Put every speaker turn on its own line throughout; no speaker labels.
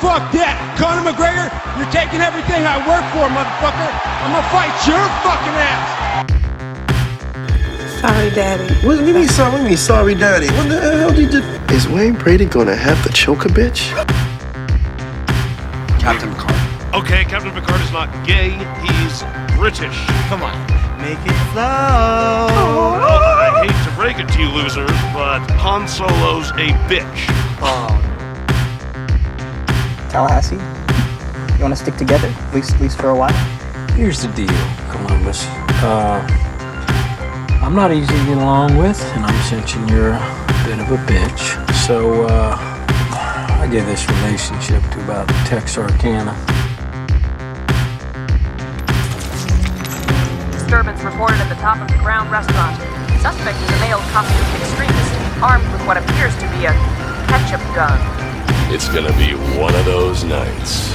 Fuck that. Conor McGregor, you're taking everything I work for, motherfucker. I'm gonna fight your fucking ass.
Sorry, Daddy.
What do you mean sorry? What do you mean sorry, daddy? What the hell did you do? Is Wayne Brady gonna have the choker bitch?
Captain Picard.
Okay, Captain Picard is not gay, he's British.
Come on. Make it flow.
Well, Oh, I hate to break it to you losers, but Han Solo's a bitch.
Oh,
Tallahassee, you want to stick together, at least, at least for a while?
Here's the deal, Columbus. Uh, I'm not easy to get along with, and I'm sensing you're a bit of a bitch. So uh, I give this relationship to about Texarkana.
Disturbance reported at the top of the Crown restaurant. Suspect is a male Coptic extremist armed with what appears to be a ketchup gun.
It's gonna be one of those nights.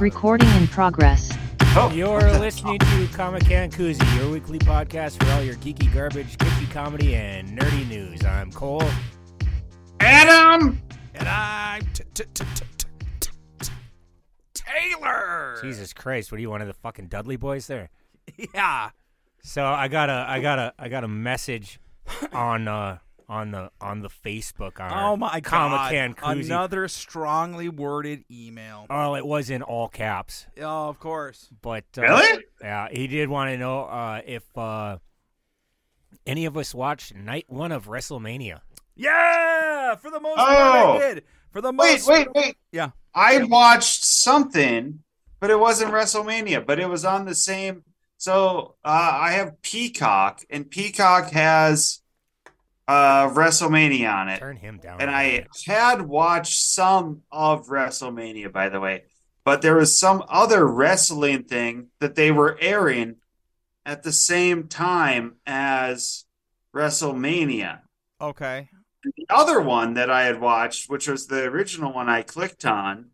Recording in progress.
Oh. You're listening to Comic Can Koozie, your weekly podcast for all your geeky garbage, kitschy comedy, and nerdy news. I'm Cole.
Adam!
And I'm Taylor. Jesus Christ, what are you, one of the fucking Dudley boys there?
yeah.
So I got a I got a I got a message on uh on the on the Facebook on our
Oh my
Comic Can
god.
Koozie.
Another strongly worded email.
Oh, it was in all caps.
Oh, of course.
But uh,
Really?
Yeah, he did want to know uh, if uh, any of us watched night one of WrestleMania.
Yeah, for the most
Oh.
part, I did. For the
Wait,
most,
wait, wait.
Yeah.
I watched something, but it wasn't WrestleMania, but it was on the same. So uh, I have Peacock, and Peacock has uh, WrestleMania on it.
Turn him down.
And
a
I
minute.
had watched some of WrestleMania, by the way, but there was some other wrestling thing that they were airing at the same time as WrestleMania
Okay.
the other one that I had watched, which was the original one I clicked on,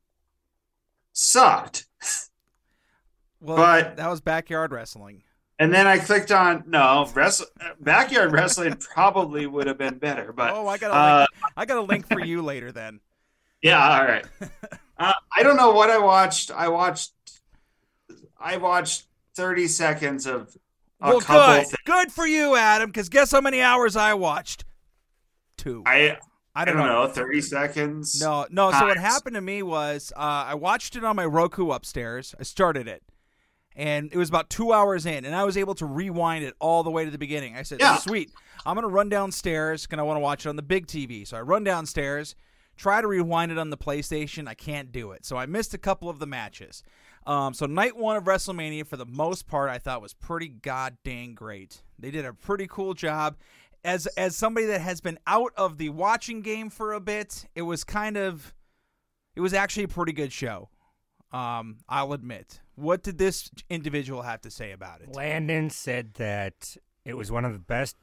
sucked.
Well,
But-
that was backyard wrestling.
And then I clicked on no wrestle backyard wrestling probably would have been better, but
oh, I got a
uh,
link. I got a link for you later then.
yeah, all right. Uh, I don't know what I watched. I watched, I watched thirty seconds of a
well,
couple.
good,
things.
good for you, Adam. Because guess how many hours I watched? Two.
I
I
I
don't,
don't know thirty seconds.
No, no. So what
times.
happened to me was uh, I watched it on my Roku upstairs. I started it, and it was about two hours in, and I was able to rewind it all the way to the beginning. I said,
Yeah.
"Sweet, I'm gonna run downstairs, and I want to watch it on the big TV." So I run downstairs, try to rewind it on the PlayStation. I can't do it, so I missed a couple of the matches. Um, so night one of WrestleMania, for the most part, I thought was pretty goddamn great. They did a pretty cool job. As as somebody that has been out of the watching game for a bit, it was kind of, it was actually a pretty good show. Um, I'll admit. What did this individual have to say about it?
Landon said that it was one of the best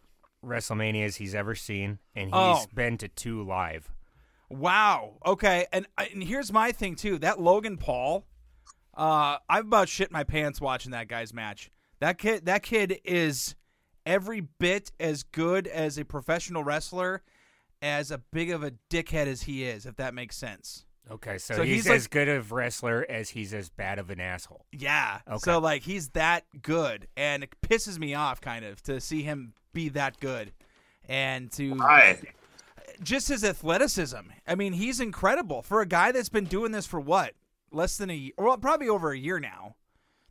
WrestleManias he's ever seen, and he's
Oh.
been to two live.
Wow. Okay. And uh, and here's my thing too. That Logan Paul, uh, I've about shit my pants watching that guy's match. That kid. That kid is every bit as good as a professional wrestler, as a big of a dickhead as he is. If that makes sense.
Okay, so,
So
he's,
he's like-
as good of wrestler as he's as bad of an asshole.
Yeah.
Okay.
So like he's that good, and it pisses me off kind of to see him be that good, and to
All right.
just his athleticism. I mean, he's incredible for a guy that's been doing this for what less than a year, well, probably over a year now.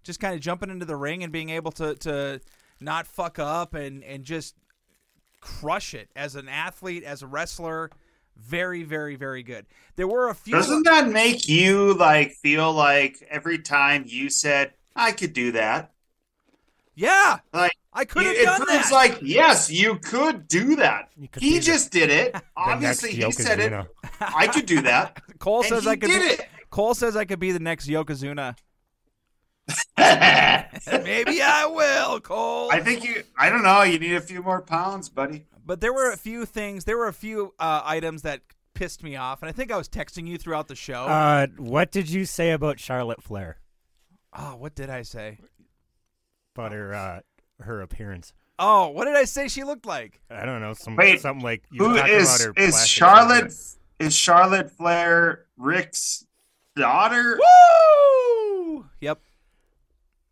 Just kind of jumping into the ring and being able to to not fuck up and and just crush it as an athlete, as a wrestler. Very, very, very good. There were a few.
Doesn't that make you like feel like every time you said I could do that,
yeah,
like
I could have
it
done
proves
that.
like yes, you could do that.
You could do
he
that.
just did it.
The next
Obviously, he said it.
Yokozuna.
I could do that.
Cole
and
says
he
I could
did
be,
it.
Cole says I could be the next Yokozuna.
I
Maybe I will, Cole.
think you. I don't know. You need a few more pounds, buddy.
But there were a few things. There were a few uh, items that pissed me off, and I think I was texting you throughout the show.
Uh, what did you say about Charlotte Flair?
oh, what did I say?
About her, uh, her appearance?
Oh, what did I say she looked like?
I don't know. Some,
Wait,
something like you
Who
were talking
is
about her.
is
plastic
Charlotte?
surgery.
Is Charlotte Flair Rick's daughter?
Woo! Yep.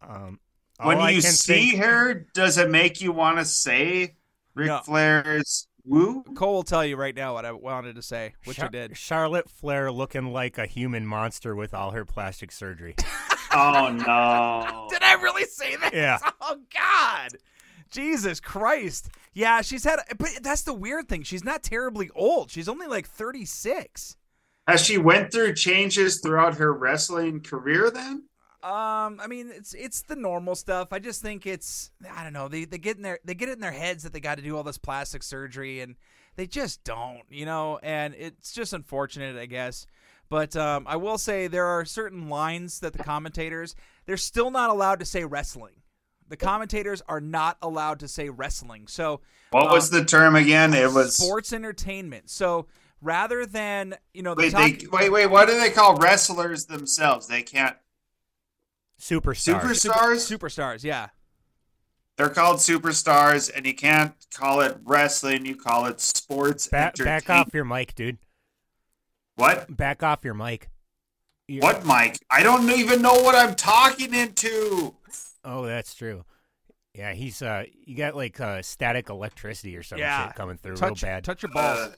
Um, all
when
I
you
can
see
think-
her, does it make you want to say Ric
No.
Flair's woo?
Cole will tell you right now what I wanted to say, which I
Char-
did.
Charlotte Flair looking like a human monster with all her plastic surgery.
Oh no!
Did I really say that?
Yeah.
Oh God. Jesus Christ. Yeah, she's had but that's the weird thing. She's not terribly old. She's only like 36.
Has she went through changes throughout her wrestling career? Then
Um, I mean, it's it's the normal stuff. I just think it's I don't know. They they get in their they get it in their heads that they got to do all this plastic surgery and they just don't, you know. And it's just unfortunate, I guess. But um, I will say there are certain lines that the commentators they're still not allowed to say wrestling. The commentators are not allowed to say wrestling. So
what was
um,
the term again? It was
sports entertainment? So rather than you know the
wait,
top,
they, wait, wait. What do they call wrestlers themselves? They can't
Superstar.
superstars.
superstars, yeah.
They're called superstars, and you can't call it wrestling. You call it sports.
Ba- back
entertain-
off your mic, dude.
What?
Back off your mic. You-
What, Mike? I don't even know what I'm talking into.
Oh, that's true. Yeah, he's uh, you got like uh, static electricity or some
Yeah.
shit coming through
Touch,
real bad.
touch your balls.
Uh,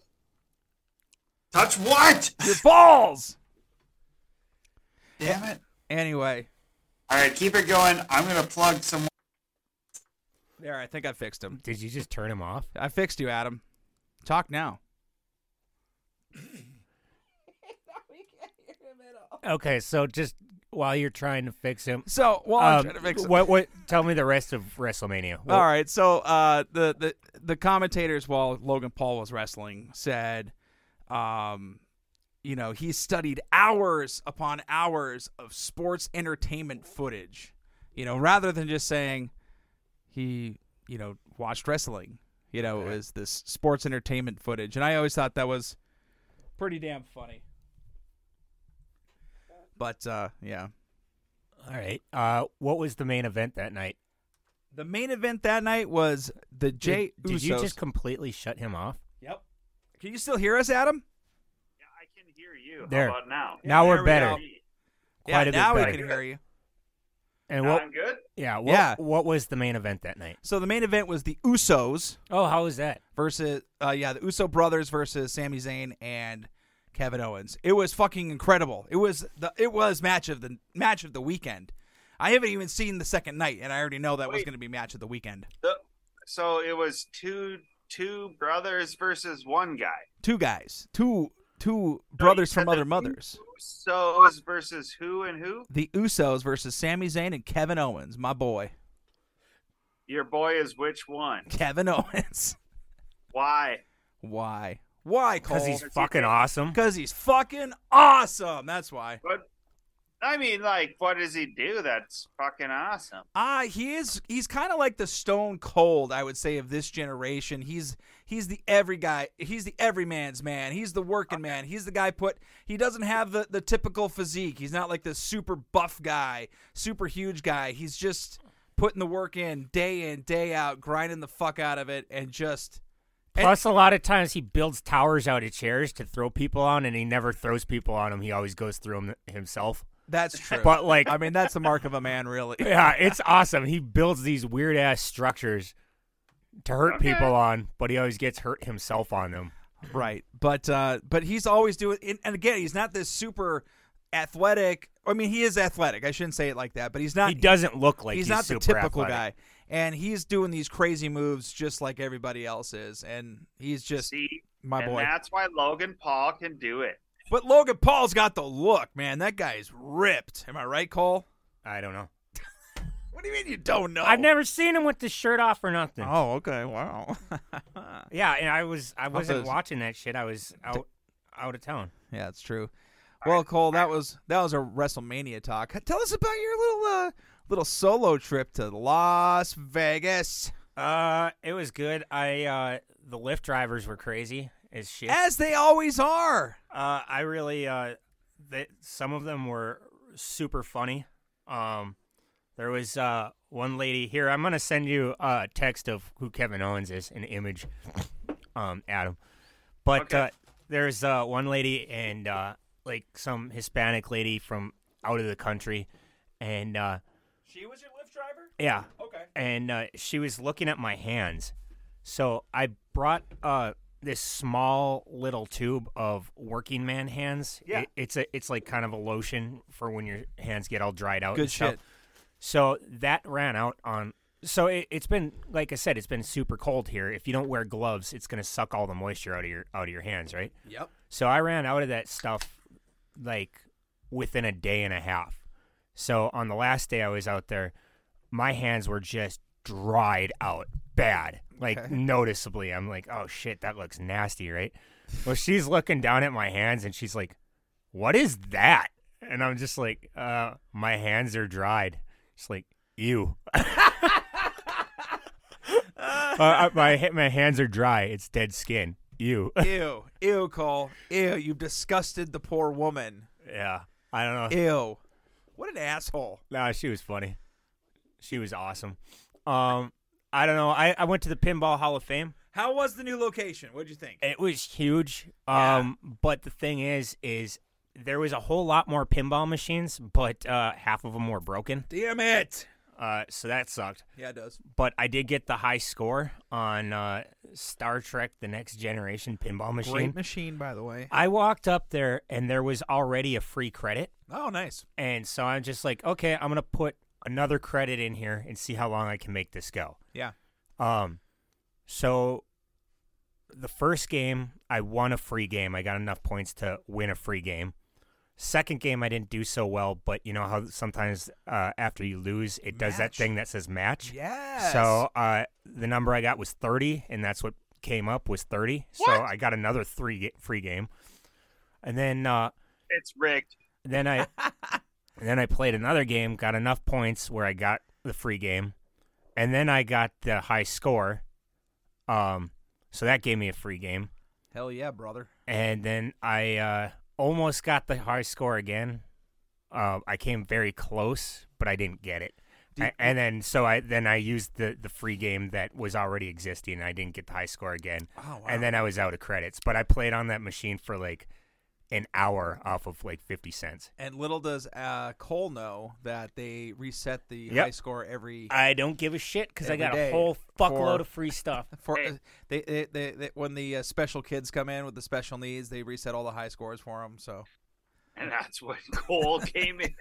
touch what?
your balls.
Damn it!
Anyway,
All right, keep it going. I'm gonna plug some.
there. I think I fixed him.
Did you just turn him off?
I fixed you, Adam. Talk now.
Okay, so just while you're trying to fix him,
So, well, I'm
um,
trying to fix it.
what what? Tell me the rest of WrestleMania. What-
All right. So, uh, the the the commentators while Logan Paul was wrestling said, um, you know, he studied hours upon hours of sports entertainment footage. You know, rather than just saying he, you know, watched wrestling. You know, it was this sports entertainment footage, and I always thought that was pretty damn funny. But uh, yeah.
all right. Uh, what was the main event that night?
The main event that night was the Jay
Did, did you
Usos-
just completely shut him off?
Yep. Can you still hear us, Adam?
I can hear you.
There.
How about now?
now
there
we're
we
better.
go.
Quite a
yeah,
bit
now
better.
we can hear you.
And
Now
what?
I'm good.
Yeah. What,
Yeah.
What was the main event that night?
So the main event was the Usos
Oh, how was that?
versus, uh, yeah, the Uso brothers versus Sami Zayn and Kevin Owens. It was fucking incredible. It was the it was match of the match of the weekend. I haven't even seen the second night, and I already know that was
Wait.
going to be match of the weekend.
So it was two two brothers versus one guy.
Two guys, two two brothers
said
from other
that-
mothers.
Usos versus who and who?
The Usos versus Sami Zayn and Kevin Owens, my boy,
Your boy is which one?
Kevin Owens.
Why?
Why? Why, Cole?
Because he's fucking awesome.
Because he's fucking awesome. That's why.
But I mean, like, what does he do? That's fucking awesome.
Ah, he is. He's kind of like the Stone Cold, I would say, of this generation. He's he's the every guy. He's the everyman's man. He's the working man. He's the guy put. He doesn't have the the typical physique. He's not like this super buff guy, super huge guy. He's just putting the work in day in day out, grinding the fuck out of it, and just
Plus, a lot of times he builds towers out of chairs to throw people on, and he never throws people on him. He always goes through them himself.
that's true.
But like,
I mean, that's the mark of a man, really.
yeah, it's awesome. He builds these weird ass structures to hurt people on, but he always gets hurt himself on them.
Right, but uh, but he's always doing, and and again, he's not this super athletic. I mean, he is athletic. I shouldn't say it like that, but he's not.
he doesn't look like
he's,
he's,
not the
super
typical
athletic.
guy, and he's doing these crazy moves just like everybody else is, and he's just
See,
my
and
boy.
that's why Logan Paul can do it.
But Logan Paul's got the look, man. That guy is ripped. Am I right, Cole?
I don't know.
What do you mean you don't know?
I've never seen him with the shirt off or nothing.
Oh, okay. Wow.
Yeah, and I was I wasn't
those-
watching that shit. I was out out of town.
yeah, it's true. Well, Cole, that was that was a WrestleMania talk. Tell us about your little uh, little solo trip to Las Vegas.
Uh, it was good. I uh, the Lyft drivers were crazy as shit.
as they always are.
Uh, I really uh, they, some of them were super funny. Um, There was uh, one lady here. I'm gonna send you a text of who Kevin Owens is, an image, um, Adam. But uh, there's uh, one lady and uh, like some Hispanic lady from out of the country, and uh,
She was your Lyft driver?
yeah.
Okay.
And uh, she was looking at my hands. So I brought uh, this small little tube of working man hands.
Yeah.
It- it's a it's like kind of a lotion for when your hands get all dried out.
Good
and stuff.
shit.
So that ran out on. So it, it's been like I said, it's been super cold here. If you don't wear gloves, it's gonna suck all the moisture out of your out of your hands, right?
Yep.
So I ran out of that stuff like within a day and a half. So on the last day I was out there, my hands were just dried out bad, like
Okay.
noticeably. I'm like, oh shit, that looks nasty, right? Well, she's looking down at my hands and she's like, what is that? And I'm just like, uh, my hands are dried. She's like, ew. Uh, uh, my ha- my hands are dry. It's dead skin. Ew.
Ew. Ew, Cole. Ew. You've disgusted the poor woman.
yeah. I don't know.
Ew. What an asshole.
Nah, she was funny. She was awesome. Um, I don't know. I, I went to the Pinball Hall of Fame.
How was the new location? What'd you think?
It was huge. Um, but the thing is, is there was a whole lot more pinball machines, but uh, half of them were broken.
Damn it.
Uh, so that sucked.
Yeah, it does.
But I did get the high score on uh, Star Trek: The Next Generation pinball machine.
Great machine, by the way.
I walked up there and there was already a free credit.
Oh, nice.
And so I'm just like, okay, I'm going to put another credit in here and see how long I can make this go.
Yeah.
Um, so the first game, I won a free game. I got enough points to win a free game. Second game, I didn't do so well, but you know how sometimes uh, after you lose, it does that
Match.
thing that says match.
Yes.
So uh, the number I got was 30, and that's what came up was 30. So I got another three ga- free game, and then uh,
It's rigged.
then I and then I played another game, got enough points where I got the free game, and then I got the high score. Um, so that gave me a free game,
Hell yeah, brother.
and then I uh, almost got the high score again. Uh, I came very close, but I didn't get it. I, and then so I then I used the the free game that was already existing. and I didn't get the high score again,
Oh, wow.
and then I was out of credits. But I played on that machine for like an hour off of like fifty cents.
And little does uh, Cole know that they reset the
Yep.
high score every.
I don't give a shit because I
Every
got a
day
whole fuckload
for-
of free stuff.
For uh, they, they, they, they- when the uh, special kids come in with the special needs, they reset all the high scores for them. So
And that's when Cole came in.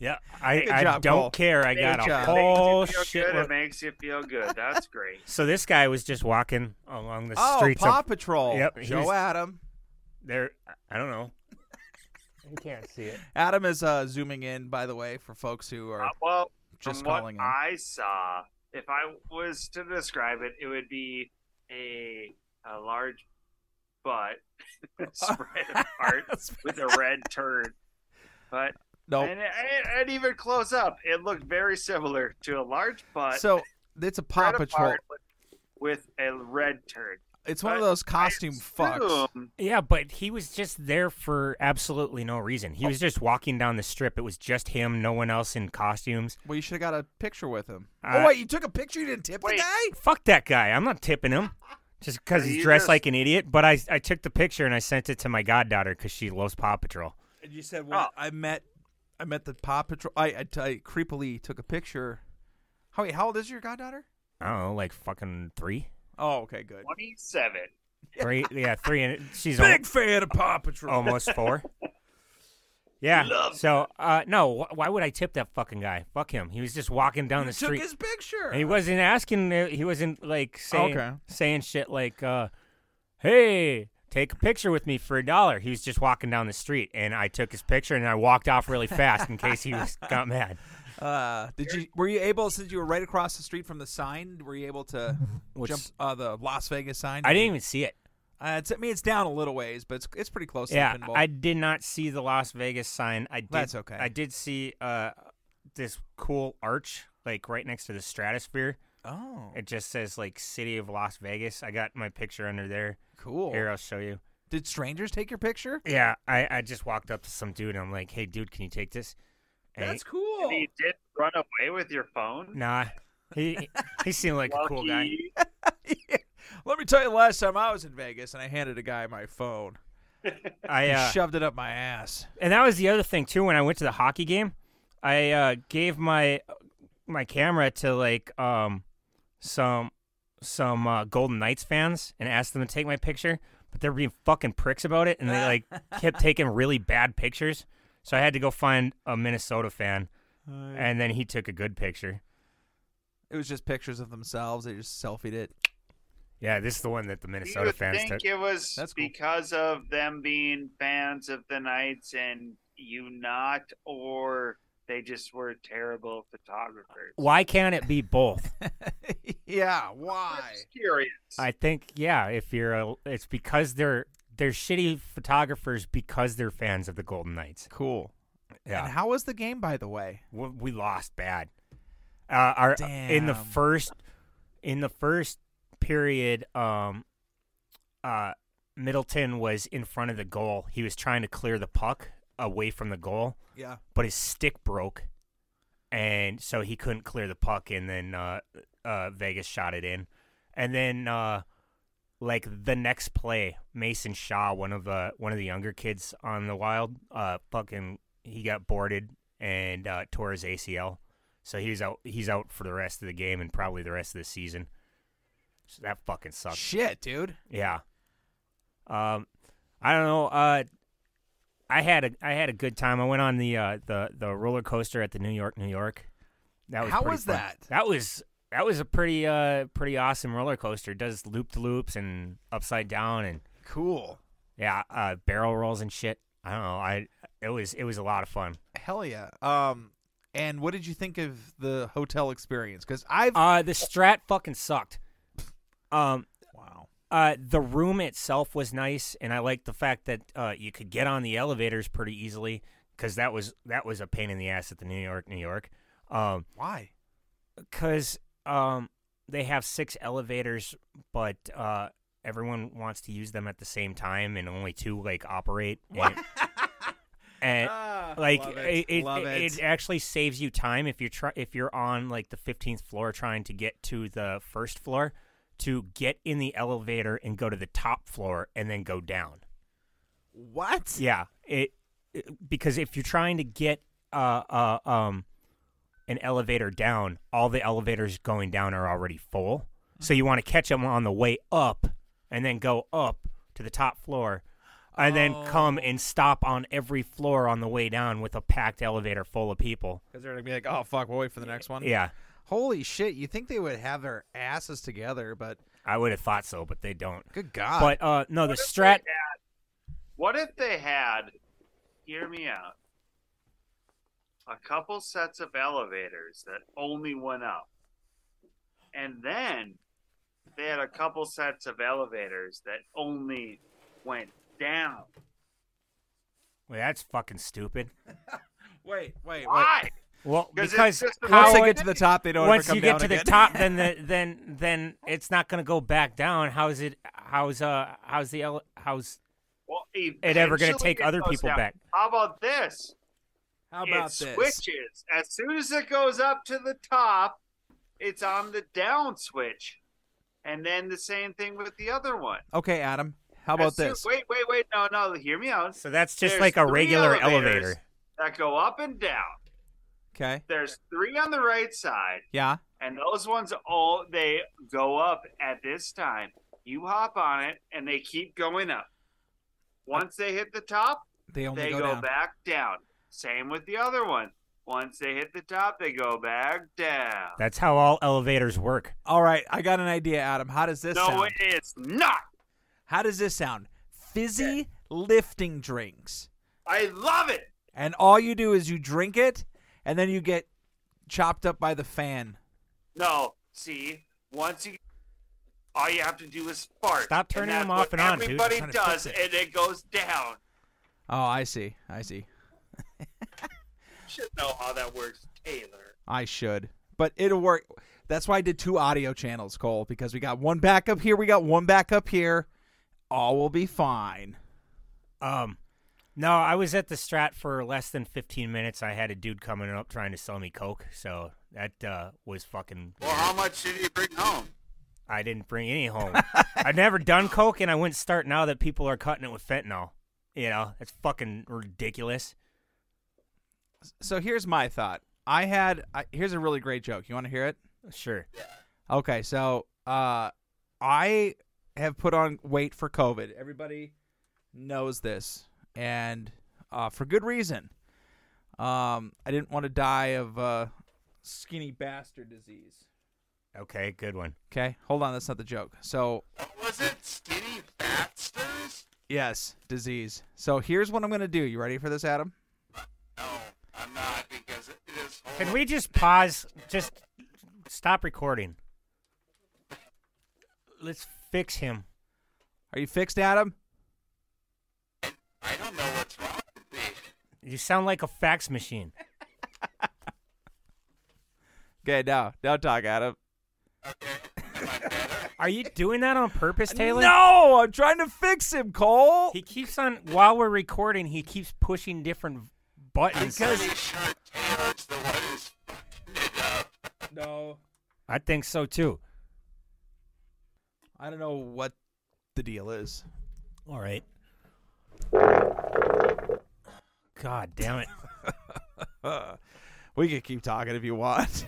Yeah, I,
Good
I
job,
don't
Cole.
care. I
job.
got a
Makes you
whole
Makes you feel good. It
shit.
makes you feel good. That's great.
So this guy was just walking along the
oh,
streets
Paw
of
Patrol.
Yep, he
Joe
was-
Adam.
there. I don't know. You can't see it.
Adam is uh, zooming in, by the way, for folks who are
Uh, well,
just
from what
calling in.
I saw, if I was to describe it, it would be a a large butt spread apart with a red turd. But
Nope.
and, and, and even close up, it looked very similar to a large butt
So it's a Paw
spread
Patrol.
apart with, with a red turd.
It's one of
but
those costume fucks.
Assume-
Yeah, but he was just there for absolutely no reason. He was just walking down the strip. It was just him, no one else in costumes.
Well, you should have got a picture with him.
Uh,
oh wait, you took a picture. You didn't tip
wait.
the guy.
Fuck that guy. I'm not tipping him just because he's
You
dressed
just-
like an idiot. But I, I took the picture and I sent it to my goddaughter because she loves Paw Patrol.
And you said,
Oh.
"Well, I met, I met the Paw Patrol. I, I, I creepily took a picture." How wait, how old is your goddaughter?
I don't know, like fucking three.
Oh, okay, good.
27.
three yeah three and she's
Big fan of Paw
al-
Patrol.
almost four yeah so uh no wh- why would i tip that fucking guy fuck him he was just walking down
you
the
took
street
his picture.
And he wasn't asking uh, he wasn't like saying
Okay.
saying shit like uh hey take a picture with me for a dollar he was just walking down the street and i took his picture and i walked off really fast in case he was got mad
Uh, did you? Were you able? Since you were right across the street from the sign, were you able to
Which-
jump uh, the Las Vegas sign?
Mm-hmm. i didn't even see it
Uh, it's, I mean, it's down a little ways, but it's, it's pretty close.
yeah
to the pinball.
i did not see the las vegas sign i did
That's okay.
i did see uh this cool arch like right next to the stratosphere
Oh,
It just says like City of Las Vegas. I got my picture under there.
cool.
Here, I'll show you.
Did strangers take your picture?
Yeah, I, I just walked up to some dude and I'm like, hey, dude, can you take this? And
That's cool. And
he did run away with your phone.
Nah, he he seemed like a cool guy.
Let me tell you, last time I was in Vegas and I handed a guy my phone,
I
He
uh,
shoved it up my ass.
And that was the other thing too. When I went to the hockey game, I uh, gave my my camera to like um some some uh, Golden Knights fans and asked them to take my picture, but they're being fucking pricks about it, and they like kept taking really bad pictures. So I had to go find a Minnesota fan,
Right.
and then he took a good picture.
It was just pictures of themselves. They just selfied it.
Yeah, this is the one that the
Do
Minnesota
you
fans
think
took.
it was because of them being fans of the Knights and you not, or they just were terrible photographers?
Why can't it be both?
Yeah, why?
Curious.
I think yeah, if you're a, it's because they're they're shitty photographers because they're fans of the Golden Knights.
Cool.
Yeah.
And how was the game, by the way?
We, we lost bad. Uh, our in the
Damn.
first in the first period um uh Middleton was in front of the goal. He was trying to clear the puck away from the goal.
Yeah.
But his stick broke. And so he couldn't clear the puck and then uh uh Vegas shot it in. And then uh like the next play, Mason Shaw, one of the one of the younger kids on the Wild, uh, fucking he got boarded and uh, tore his ACL, so he's out. He's out for the rest of the game and probably the rest of the season. So that fucking sucks.
Shit, dude.
Yeah. Um, I don't know. Uh, I had a I had a good time. I went on the uh, the the roller coaster at the New York, New York. That was
How
pretty
was
fun.
that?
That was that was a pretty uh pretty awesome roller coaster. It does loop de loops and upside down and
cool.
Yeah, uh, barrel rolls and shit. I don't know. I it was it was a lot of fun.
Hell yeah. Um, and what did you think of the hotel experience? Because I've
uh the Strat fucking sucked. Um,
wow.
Uh, the room itself was nice, and I liked the fact that uh, you could get on the elevators pretty easily because that was that was a pain in the ass at the New York, New York. Um,
Why?
Because um, they have six elevators, but uh, everyone wants to use them at the same time, and only two like operate. And,
Oh,
and, like
Ah, love
it,
it,
it,
love
it-
it.
it actually saves you time if you're try- if you're on like the 15th floor trying to get to the first floor to get in the elevator and go to the top floor and then go down.
What?
Yeah, it, it- because if you're trying to get uh, uh um an elevator down, all the elevators going down are already full. So you want to catch them on the way up and then go up to the top floor and then come
Oh.
and stop on every floor on the way down with a packed elevator full of people.
Because they're gonna be like, oh fuck, we'll wait for the next one.
Yeah.
Holy shit! You think they would have their asses together, but
I would have thought so, but they don't.
Good God.
But uh no, the strat
What if they had, hear me out, a couple sets of elevators that only went up, and then they had a couple sets of elevators that only went down?
well, that's fucking stupid.
wait, wait,
Why?
Well,
'Cause it's
because
just the
how
once they
it-
get to the top, they don't ever
Once
come
you get
down
to
again.
the top, then the, then then it's not going to go back down. How's it? How's uh? How's the ele- how's
Well,
it ever going to
eventually
take
it
other
goes
people
down.
back?
How about this?
How
it
about this?
switches. As soon as it goes up to the top, it's on the down switch. And then the same thing with the other one.
Okay, Adam. How about
As soon-
this?
Wait, wait, wait. No, no. Hear me out.
So that's just
There's
like a
three
regular
elevators
elevator.
that go up and down.
Okay.
There's three on the right side,
Yeah.
and those ones all they go up at this time. You hop on it, and they keep going up. Once they hit the top,
They only
they
go,
go,
down.
back down. Same with the other one. Once they hit the top, they go back down.
That's how all elevators work.
All right, I got an idea, Adam. How does this
no,
sound?
it's not.
How does this sound? Fizzy lifting drinks.
I love it.
And all you do is you drink it and then you get chopped up by the fan.
No, see, once you, all you have to do is fart.
Stop turning
that's
them
what
off and on, dude.
Everybody
I'm trying to
does,
fix it.
and it goes down.
Oh, I see. I see.
You should know how that works, Taylor.
I should. But it'll work. That's why I did two audio channels, Cole, because we got one back up here, we got one back up here. All will be fine.
Um, No, I was at the Strat for less than 15 minutes. I had a dude coming up trying to sell me coke, so that uh, was fucking.
Well, how much did you bring home?
I didn't bring any home. I've never done coke, and I wouldn't start now that people are cutting it with fentanyl. You know, that's fucking ridiculous.
So here's my thought. I had I, here's a really great joke. You want to hear it?
Sure.
Okay, so uh, I have put on weight for COVID. Everybody knows this, and uh, for good reason. Um, I didn't want to die of uh, skinny bastard disease.
Okay, good one.
Okay, hold on. That's not the joke. So
Was it skinny batsters?
yes, disease. So here's what I'm gonna do. You ready for this, Adam?
I'm not because it is.
Can we just pause? Just stop recording. Let's fix him.
Are you fixed, Adam?
I don't know what's wrong with me.
You sound like a fax machine.
Okay, now now talk, Adam.
Are you doing that on purpose, Taylor?
No, I'm trying to fix him, Cole.
He keeps on while we're recording. He keeps pushing different buttons.
sure Taylor's the one who's
no,
I think so too.
I don't know what the deal is.
All right. God damn it!
We could keep talking if you want.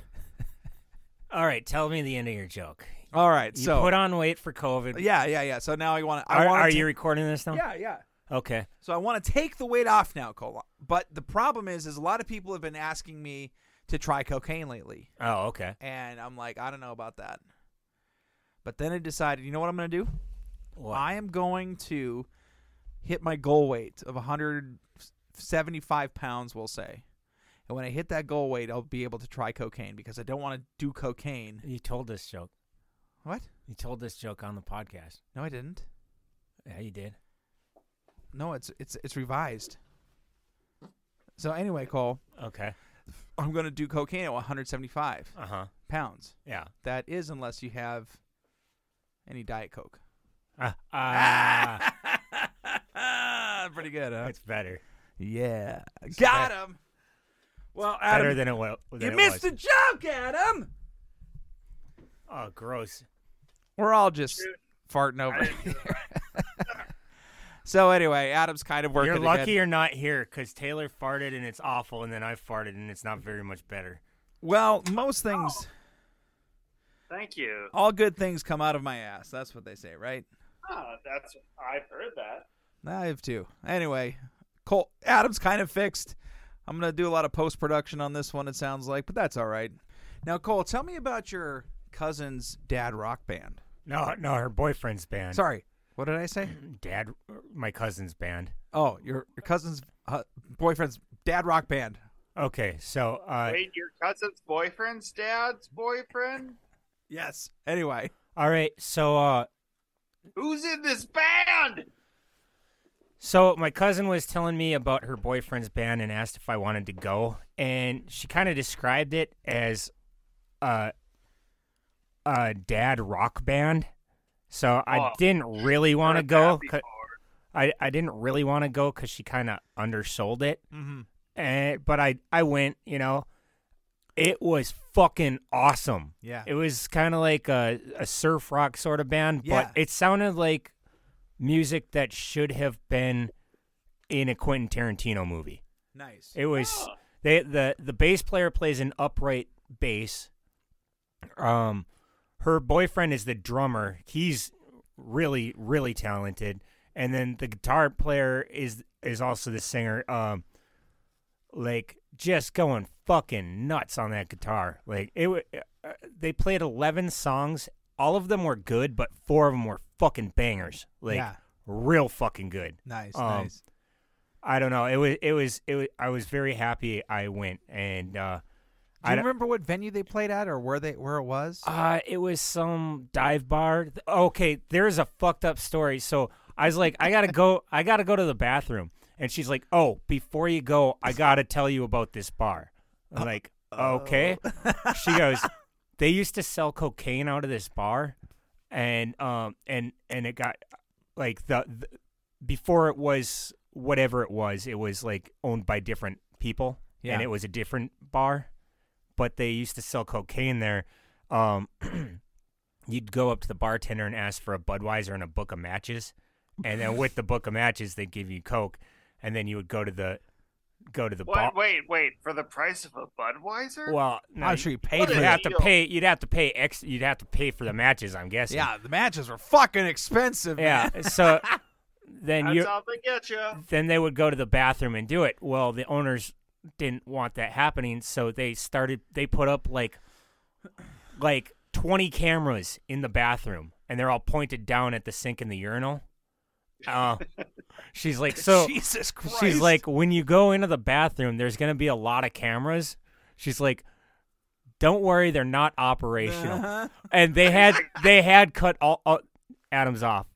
All right, tell me the end of your joke.
All right,
You
so
put on weight for COVID.
yeah, yeah, yeah. So now I want to.
Are,
I want.
are you recording this now?
Yeah, yeah.
Okay.
So I want to take the weight off now, Cole. But the problem is, is a lot of people have been asking me to try cocaine lately,
Oh, okay.
and I'm like, I don't know about that. But then I decided, you know what I'm going to do?
What?
I am going to hit my goal weight of 175 pounds, we'll say. And when I hit that goal weight, I'll be able to try cocaine because I don't want to do cocaine.
you told this joke.
What?
You told this joke on the podcast.
No, I didn't.
Yeah, you did.
No, it's it's it's revised. So anyway, Cole,
Okay.
I'm going to do cocaine at 175
Uh huh.
pounds.
Yeah.
That is, unless you have any diet coke.
Ah, ah,
Ah, Pretty good, huh?
it's better.
Yeah, got him. Well, Adam,
better than it was.
you missed the joke, Adam.
Oh, gross.
We're all just farting over here. so anyway, Adam's kind of working.
You're lucky
again.
you're not here because Taylor farted and it's awful, and then I farted and it's not very much better.
Well, most things,
Thank you.
all good things come out of my ass. That's what they say, right?
Oh, that's I've heard that.
I have two. Anyway, Cole Adam's kind of fixed. I'm gonna do a lot of post production on this one. It sounds like, but that's all right. Now, Cole, tell me about your cousin's dad rock band.
No, no, her boyfriend's band.
Sorry, what did I say?
Dad, my cousin's band.
Oh, your your cousin's uh, boyfriend's dad rock band.
Okay, so uh,
Wait, your cousin's boyfriend's dad's boyfriend?
Yes. Anyway,
all right, so uh,
Who's in this band?
So my cousin was telling me about her boyfriend's band and asked if I wanted to go, and she kind of described it as a a dad rock band. So I
Oh,
didn't really want to
Heard that
go. 'cause- I I didn't really want to go because she kind of undersold it.
Mhm.
And Eh, but I I went. You know, it was fucking awesome.
Yeah.
it was kind of like a a surf rock sort of band,
Yeah.
but it sounded like music that should have been in a Quentin Tarantino movie.
nice.
It was they the the bass player plays an upright bass. Um, her boyfriend is the drummer. He's really really talented, and then the guitar player is is also the singer. Um, like just going fucking nuts on that guitar. Like it, wa- uh, they played eleven songs. All of them were good, but four of them were fucking bangers. Like
Yeah.
real fucking good.
Nice.
Um,
nice.
I don't know. It was it was it was, I was very happy I went and uh
Do
I
you
don't-
remember what venue they played at or where they where it was?
uh it was some dive bar. Th- Okay, there's a fucked up story. So I was like, I gotta go I gotta go to the bathroom. And she's like, Oh, before you go, I gotta tell you about this bar. I'm like, Okay. She goes, They used to sell cocaine out of this bar and um and and it got like the, the before it was whatever it was, it was like owned by different people,
Yeah.
and it was a different bar, but they used to sell cocaine there. Um, you'd go up to the bartender and ask for a Budweiser and a book of matches, and then with the book of matches, they'd give you coke, and then you would go to the go to the bar.
What? Wait, wait. For the price of a Budweiser?
Well, no,
I'm sure you paid
You'd
for
have
it.
to pay. You'd have to pay ex. You'd have to pay for the matches. I'm guessing.
Yeah, the matches were fucking expensive.
Yeah.
man.
So then
That's
you
how
they get you.
Then they would go to the bathroom and do it. Well, the owners didn't want that happening, so they started. They put up like like 20 cameras in the bathroom, and they're all pointed down at the sink and the urinal. Uh, she's like, so
Jesus
She's
Christ.
like, when you go into the bathroom, there's gonna be a lot of cameras. She's like, don't worry, they're not operational.
Uh-huh.
And they had they had cut all, all Adams off.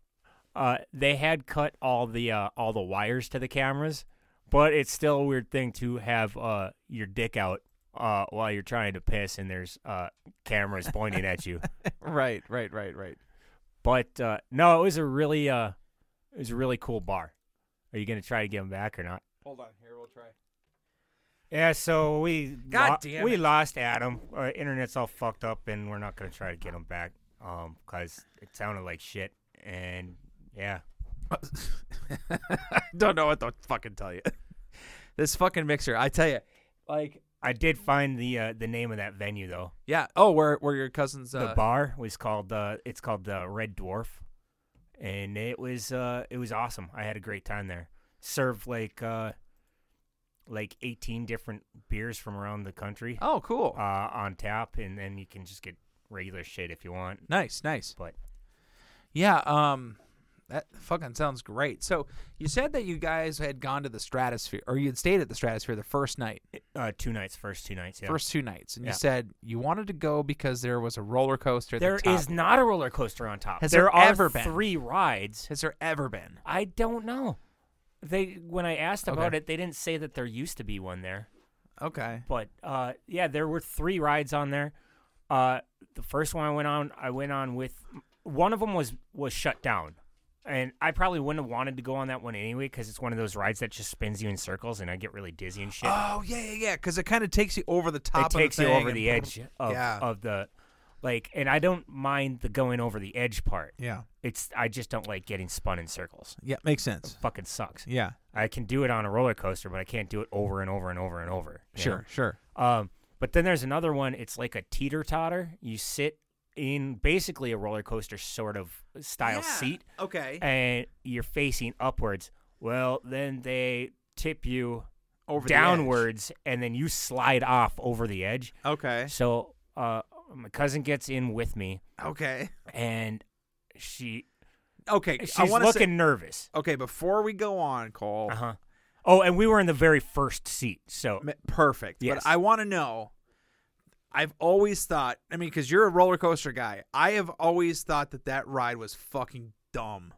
Uh, they had cut all the uh, all the wires to the cameras, but it's still a weird thing to have uh, your dick out uh, while you're trying to piss and there's uh, cameras pointing at you.
right, right, right, right.
But uh, no, it was a really uh, it was a really cool bar. Are you gonna try to get them back or not?
Hold on, here we'll try.
Yeah, so we
God
lo-
damn
we
it.
lost Adam. Our internet's all fucked up, and we're not gonna try to get him back, um, cause it sounded like shit. And yeah,
Don't know what to fucking tell you. This fucking mixer, I tell you. Like
I did find the uh, the name of that venue though.
Yeah. Oh, where where your cousins? Uh,
the bar was called uh, it's called the Red Dwarf, and it was uh, it was awesome. I had a great time there. Served like uh, like eighteen different beers from around the country.
Oh, cool!
Uh, on tap, and then you can just get regular shit if you want.
Nice, nice.
But
Yeah. Um, that fucking sounds great. So you said that you guys had gone to the Stratosphere, or you had stayed at the Stratosphere the first night,
uh, two nights, first two nights, yeah.
first two nights, and
Yeah.
you said you wanted to go because there was a roller coaster. At
There
the top.
is not a roller coaster on top.
Has
there,
there
are
ever been?
three rides.
Has there ever been?
I don't know. They when I asked
Okay.
about it, they didn't say that there used to be one there.
Okay.
But uh, yeah, there were three rides on there. Uh, the first one I went on, I went on with one of them was was shut down, and I probably wouldn't have wanted to go on that one anyway because it's one of those rides that just spins you in circles, and I get really dizzy and shit.
Oh yeah, yeah, yeah. Because it kind of takes you over the top.
It takes
of the
you
thing
over
and-
the edge of,
yeah.
of the like, and I don't mind the going over the edge part.
Yeah.
it's I just don't like getting spun in circles.
yeah, makes sense.
It fucking sucks.
Yeah.
I can do it on a roller coaster, but I can't do it over and over and over and over. you
Sure,
know?
sure.
Um, but then there's another one. It's like a teeter totter. You sit in basically a roller coaster sort of style seat.
okay.
And you're facing upwards. Well, then they tip you
Over the edge.
downwards, and then you slide off over the edge.
Okay.
So uh, my cousin gets in with me.
Okay.
And she.
Okay, I
She's
wanna say-
looking nervous.
Okay, before we go on, Cole.
Uh huh. Oh, and we were in the very first seat, so
perfect.
Yes.
But I want to know. I've always thought. I mean, because you're a roller coaster guy, I have always thought that that ride was fucking dumb.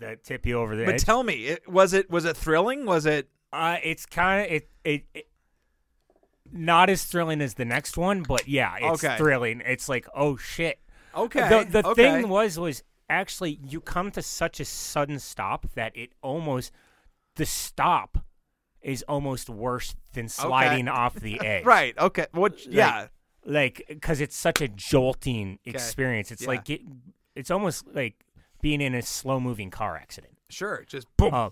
that tip you over the
But
edge.
tell me, it, was it was it thrilling? Was it?
Uh, it's kind of it, it it not as thrilling as the next one, but yeah, it's
Okay.
thrilling. It's like oh shit.
Okay,
The the
okay.
thing was was actually you come to such a sudden stop that it almost the stop is almost worse than sliding off the edge.
Right. Okay. What? yeah.
Like because it's such a jolting experience. It's
yeah.
like it, it's almost like being in a slow moving car accident.
Sure. Just boom.
Uh,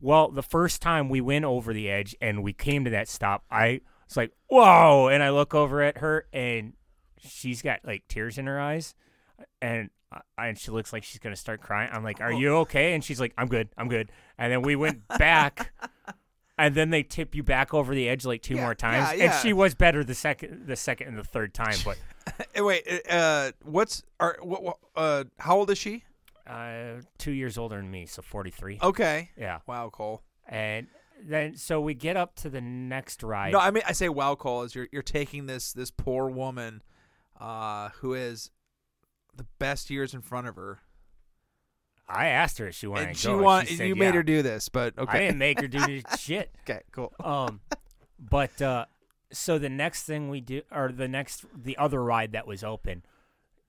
well, the first time we went over the edge and we came to that stop, I was like, "Whoa!" And I look over at her, and she's got like tears in her eyes, and I, and she looks like she's gonna start crying. I'm like, "Are
Oh.
you okay?" And she's like, "I'm good, I'm good." And then we went back, and then they tip you back over the edge like two more times,
yeah, yeah.
and she was better the second, the second and the third time, but.
Eh, Wait. eh, Uh, what's? Are, what, what? Uh, how old is she?
Uh, two years older than me, so 43.
Okay.
Yeah.
Wow, Cole.
And then, so we get up to the next ride.
No, I mean I say wow, Cole, is you're you're taking this this poor woman, uh, who has the best years in front of her.
I asked her if she wanted
and
to
she
go. and
want
she said
you made
yeah.
her do this, but okay.
I didn't make her do this shit.
Okay, cool.
Um, but uh, so the next thing we do, or the next, the other ride that was open,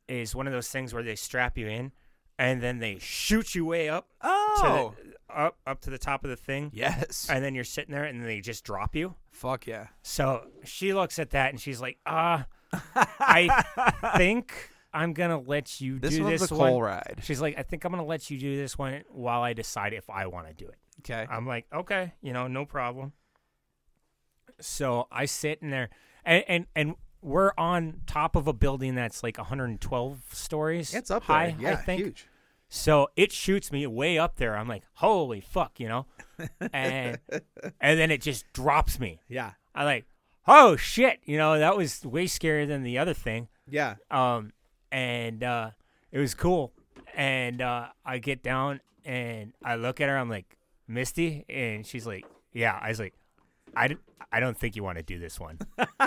is one of those things where they strap you in, and then they shoot you way up. to the-
Oh.
up up to the top of the thing.
Yes.
And then you're sitting there, and they just drop you.
Fuck yeah.
So she looks at that, and she's like, "Ah, I think I'm gonna let you
This
do
one's a
this one."
coal ride.
She's like, "I think I'm gonna let you do this one while I decide if I want to do it."
Okay.
I'm like, "Okay, you know, no problem." So I sit in there, and and and we're on top of a building that's like 112 stories.
It's up there.
high. I
Yeah,
think.
huge.
So it shoots me way up there. I'm like, "Holy fuck," you know, and and then it just drops me.
Yeah.
I like, oh shit, you know, that was way scarier than the other thing.
Yeah.
Um, and uh, it was cool. And uh, I get down and I look at her. I'm like, Misty, and she's like, Yeah. I was like, I, d- I don't think you want to do this one.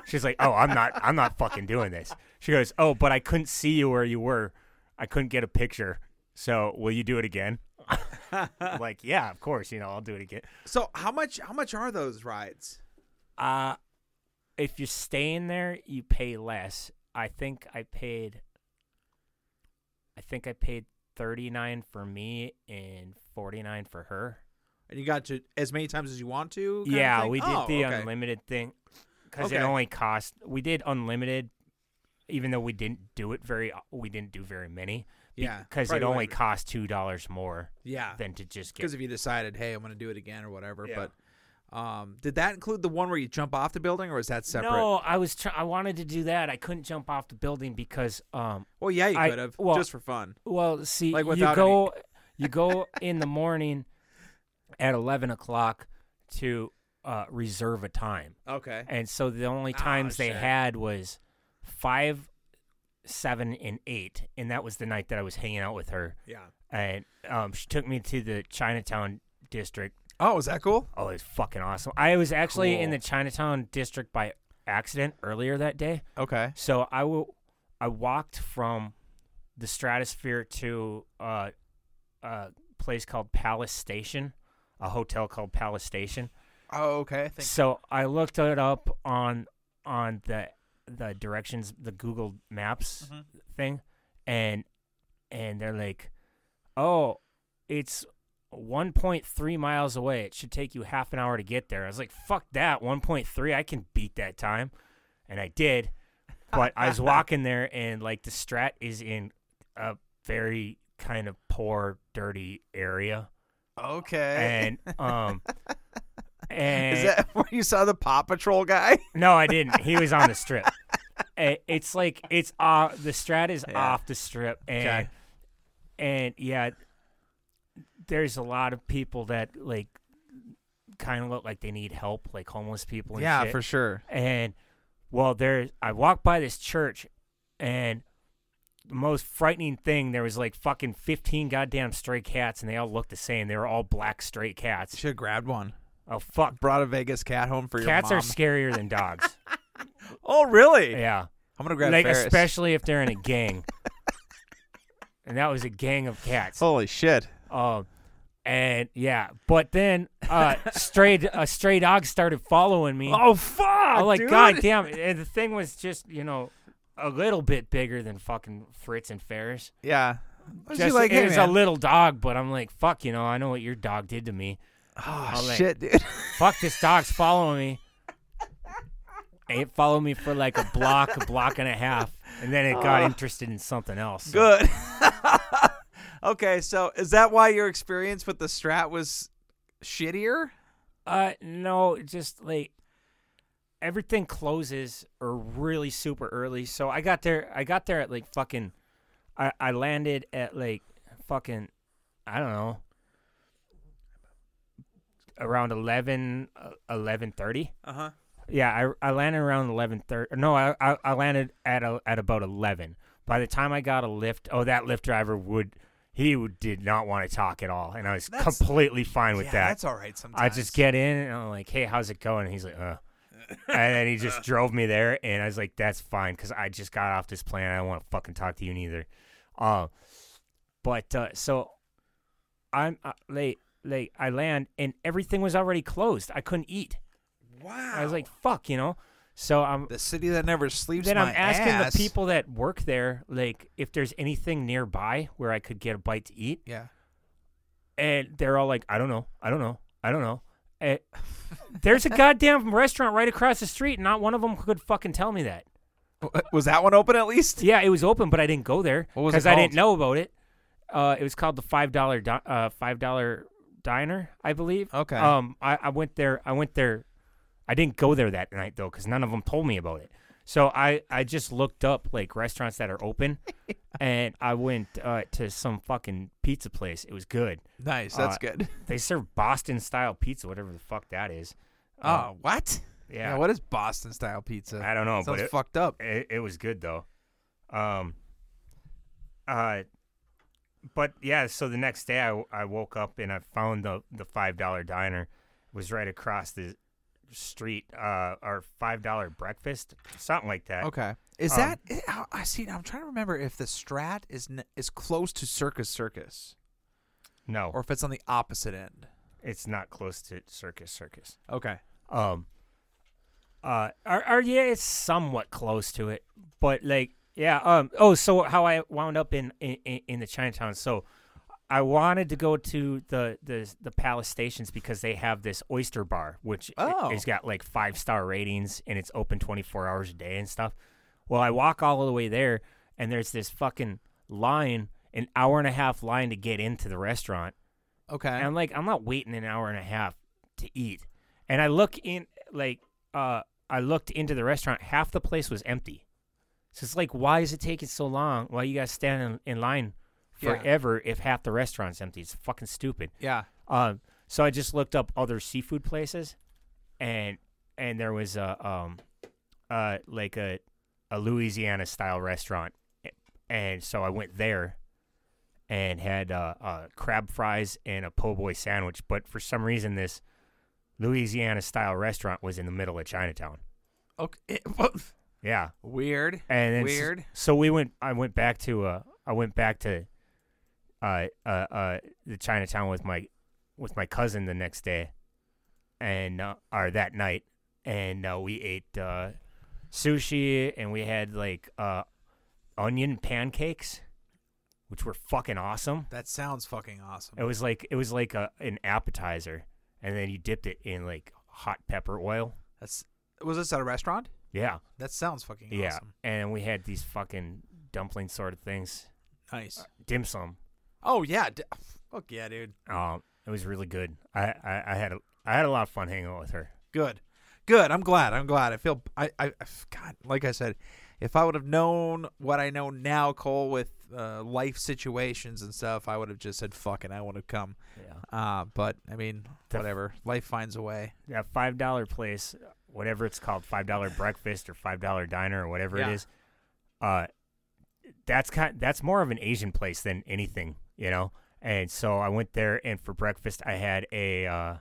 she's like, Oh, I'm not. I'm not fucking doing this. She goes, Oh, but I couldn't see you where you were. I couldn't get a picture. So will you do it again? I'm like, yeah, of course. You know, I'll do it again.
So how much how much are those rides?
Uh if you're staying there, you pay less. I think I paid I think I paid 39 for me and 49 for her.
And you got to as many times as you want to? kind of
yeah,
thing?
we did
Oh,
the
okay.
unlimited thing cuz it
Okay.
only cost we did unlimited even though we didn't do it very we didn't do very many
Yeah,
because it
probably
only
like-
cost $2 more
Yeah.
than to just get
Because if you decided, hey, I'm going to do it again or whatever.
Yeah.
But um, did that include the one where you jump off the building, or is that separate?
No, I was try- I wanted to do that. I couldn't jump off the building because um
Well, yeah, you
I-
could have
well,
just for fun.
Well, see,
Like,
you
without any-
go you go in the morning at eleven o'clock to uh, reserve a time.
Okay.
And so the
Ah,
only times they
shit.
had was five, seven, and eight, and that was the night that I was hanging out with her.
Yeah.
And um, she took me to the Chinatown district.
Oh, is that cool?
Oh, it's fucking awesome. I was actually in
Cool.
the Chinatown district by accident earlier that day.
Okay.
So I will. I walked from the stratosphere to uh, a place called Palace Station, a hotel called Palace Station.
Oh, okay. I think
So I looked it up on on the the directions, the Google Maps
Mm-hmm.
thing, and and they're like, "Oh, it's 1.3 miles away. It should take you half an hour to get there." I was like, "Fuck that, 1.3. I can beat that time," and I did. But I was walking there, and like the Strat is in a very kind of poor, dirty area,
Okay.
and um. And
Eh. is that where you saw the Paw Patrol guy?
no, I didn't. He was on the strip. Eh, it's like it's off. The strat is
Yeah.
off the strip, and
Okay.
and yeah, there's a lot of people that like kind of look like they need help, like homeless people. And
Yeah,
shit.
for sure.
And well, there I walked by this church, and the most frightening thing there was like fucking fifteen goddamn stray cats, and they all looked the same. They were all black stray cats.
Should have grabbed one.
Oh fuck!
Brought a Vegas cat home for
Cats
your
are
mom.
scarier than dogs.
oh, really?
yeah.
I'm gonna grab
like
Ferris.
especially if they're in a gang. and that was a gang of cats.
Holy shit!
Um, and yeah, but then uh, stray a stray dog started following me.
Oh fuck!
I'm like,
dude.
god damn! And the thing was just you know a little bit bigger than fucking Fritz and Ferris.
Yeah. I was
Just,
like,
it
hey,
was
man.
a little dog, but I'm like, fuck, you know, I know what your dog did to me.
Oh
I'm like,
shit, dude.
Fuck, this dog's following me. And It followed me for like a block, a block and a half, and then it got
Oh.
interested in something else. so-
Good. okay, so is that why your experience with the strat was shittier?
Uh, no, just like everything closes or really super early. So I got there. I got there at like fucking. I I landed at like fucking. I don't know. Around 11, uh, 11.30.
Uh huh.
Yeah, I, I landed around eleven thirty. No, I, I I landed at a, at about eleven. By the time I got a lift, oh, that lift driver would he would, did not want to talk at all, and I was
That's-
completely fine with
yeah,
that.
that's all right
I just get in and I'm like, hey, how's it going? And he's like, uh. and then he just drove me there, and I was like, that's fine, because I just got off this plane. And I don't want to fucking talk to you neither. Um, but uh, so I'm uh, late. Late. I land, and everything was already closed. I couldn't eat.
Wow.
I was like, fuck, you know. So I'm
the city that never sleeps.
then
my
I'm asking
ass.
the people that work there, like, if there's anything nearby where I could get a bite to eat.
Yeah.
and they're all like, I don't know, I don't know, I don't know. Eh, there's a goddamn restaurant right across the street, and not one of them could fucking tell me that.
uh, Was that one open at least?
Yeah, it was open, but I didn't go there
was it
because I didn't
called?
know about it. Uh, it was called the five dollar di- uh, five dollar diner, I believe.
Okay.
Um, I, I went there. I went there. I didn't go there that night though, because none of them told me about it. So I, I just looked up like restaurants that are open, and I went uh, to some fucking pizza place. It was good.
Nice, that's
Uh,
good.
They serve Boston style pizza, whatever the fuck that is.
Oh, what?
uh, Yeah.
What is Boston style pizza?
I don't know.
Sounds
but it,
fucked up.
It, it was good though. Um. Uh. But yeah, so the next day I, I woke up and I found the the five dollar diner was right across the street. Uh, or five dollar breakfast, something like that.
Okay. Is
Um,
that eh, I- I see? I'm trying to remember if the Strat is n- is close to Circus Circus,
no?
or if it's on the opposite end.
It's not close to Circus Circus.
Okay.
Um. Uh. Are are yeah? It's somewhat close to it, but like yeah. Um. Oh, so how I wound up in in, in in the Chinatown. So I wanted to go to the the the Palace Stations because they have this oyster bar, which
Oh.
it, has got like five star ratings and it's open twenty four hours a day and stuff. Well, I walk all the way there, and there's this fucking line, an hour and a half line to get into the restaurant.
Okay.
And I'm like, I'm not waiting an hour and a half to eat. And I look in, like, uh, I looked into the restaurant. Half the place was empty. So it's like, why is it taking so long? Why you guys standing in line
Yeah.
forever if half the restaurant's empty? It's fucking stupid.
Yeah.
Um. So I just looked up other seafood places, and and there was a um, uh, like a a Louisiana style restaurant, and so I went there, and had uh, uh crab fries and a po' boy sandwich. But for some reason, this Louisiana style restaurant was in the middle of Chinatown.
Okay.
Yeah.
eh, Weird.
And then s-
Weird.
So we went. I went back to. Uh, I went back to. Uh, uh, uh, the Chinatown with my, with my cousin the next day, and uh, or that night, and uh, we ate uh, sushi and we had like uh, onion pancakes, which were fucking awesome.
That sounds fucking awesome.
It was like it was like a an appetizer, and then you dipped it in like hot pepper oil.
That's was this at a restaurant?
Yeah.
That sounds fucking
Yeah,
awesome.
and we had these fucking dumpling sort of things,
Nice.
dim sum.
Oh yeah. d- Fuck yeah, dude.
Um, it was really good. I, I, I had a I had a lot of fun hanging out with her.
Good. Good. I'm glad. I'm glad. I feel. I. I. I- God. Like I said, if I would have known what I know now, Cole, with uh, life situations and stuff, I would have just said, "Fucking, I want to come." Yeah. Uh, but I mean,
The-
whatever. life finds a way.
That five dollar place, whatever it's called, five dollar breakfast or five dollar diner or whatever
Yeah.
it is, uh, that's kind that's more of an Asian place than anything, you know. And so I went there, and for breakfast I had a uh,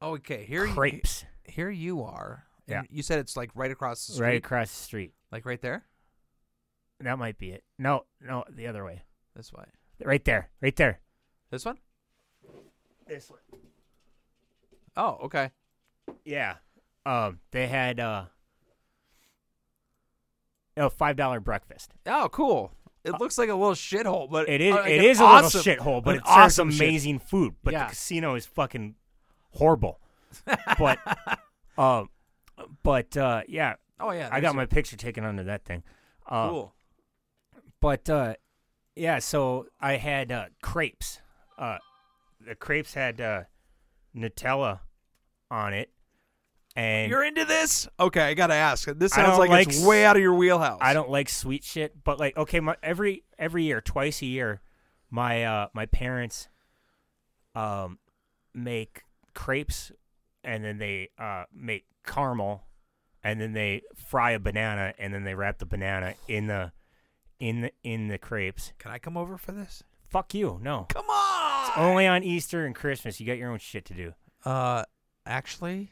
Okay. Here. you-
Crepes.
here you are.
Yeah.
And You said it's like right across the street.
right across the street.
Like right there.
That might be it. No, no, the other way.
This way.
Right there, right there.
This one.
This one.
Oh, okay.
Yeah. Um, they had uh, a five dollar breakfast.
Oh, cool. It looks like a little shithole, but
Uh, It is
uh, like
it
an
is
awesome-
a little shithole, but
an
it serves
awesome shit-
amazing food. But
Yeah.
the casino is fucking horrible. but um, but uh, yeah.
Oh, yeah,
I
there's
got
a-
my picture taken under that thing. Uh,
Cool.
But uh, yeah, so I had uh, crepes. Uh, the crepes had uh, Nutella on it, and
You're into this? Okay, I gotta ask. This
I
sounds
don't
like, it's
like
way
s-
out of your wheelhouse.
I don't like sweet shit, but like okay, my every every year, twice a year, my uh my parents um make crepes and then they uh make caramel and then they fry a banana and then they wrap the banana in the in the in the crepes.
Can I come over for this?
Fuck you. No.
Come on.
It's only on Easter and Christmas. You got your own shit to do.
Uh, actually,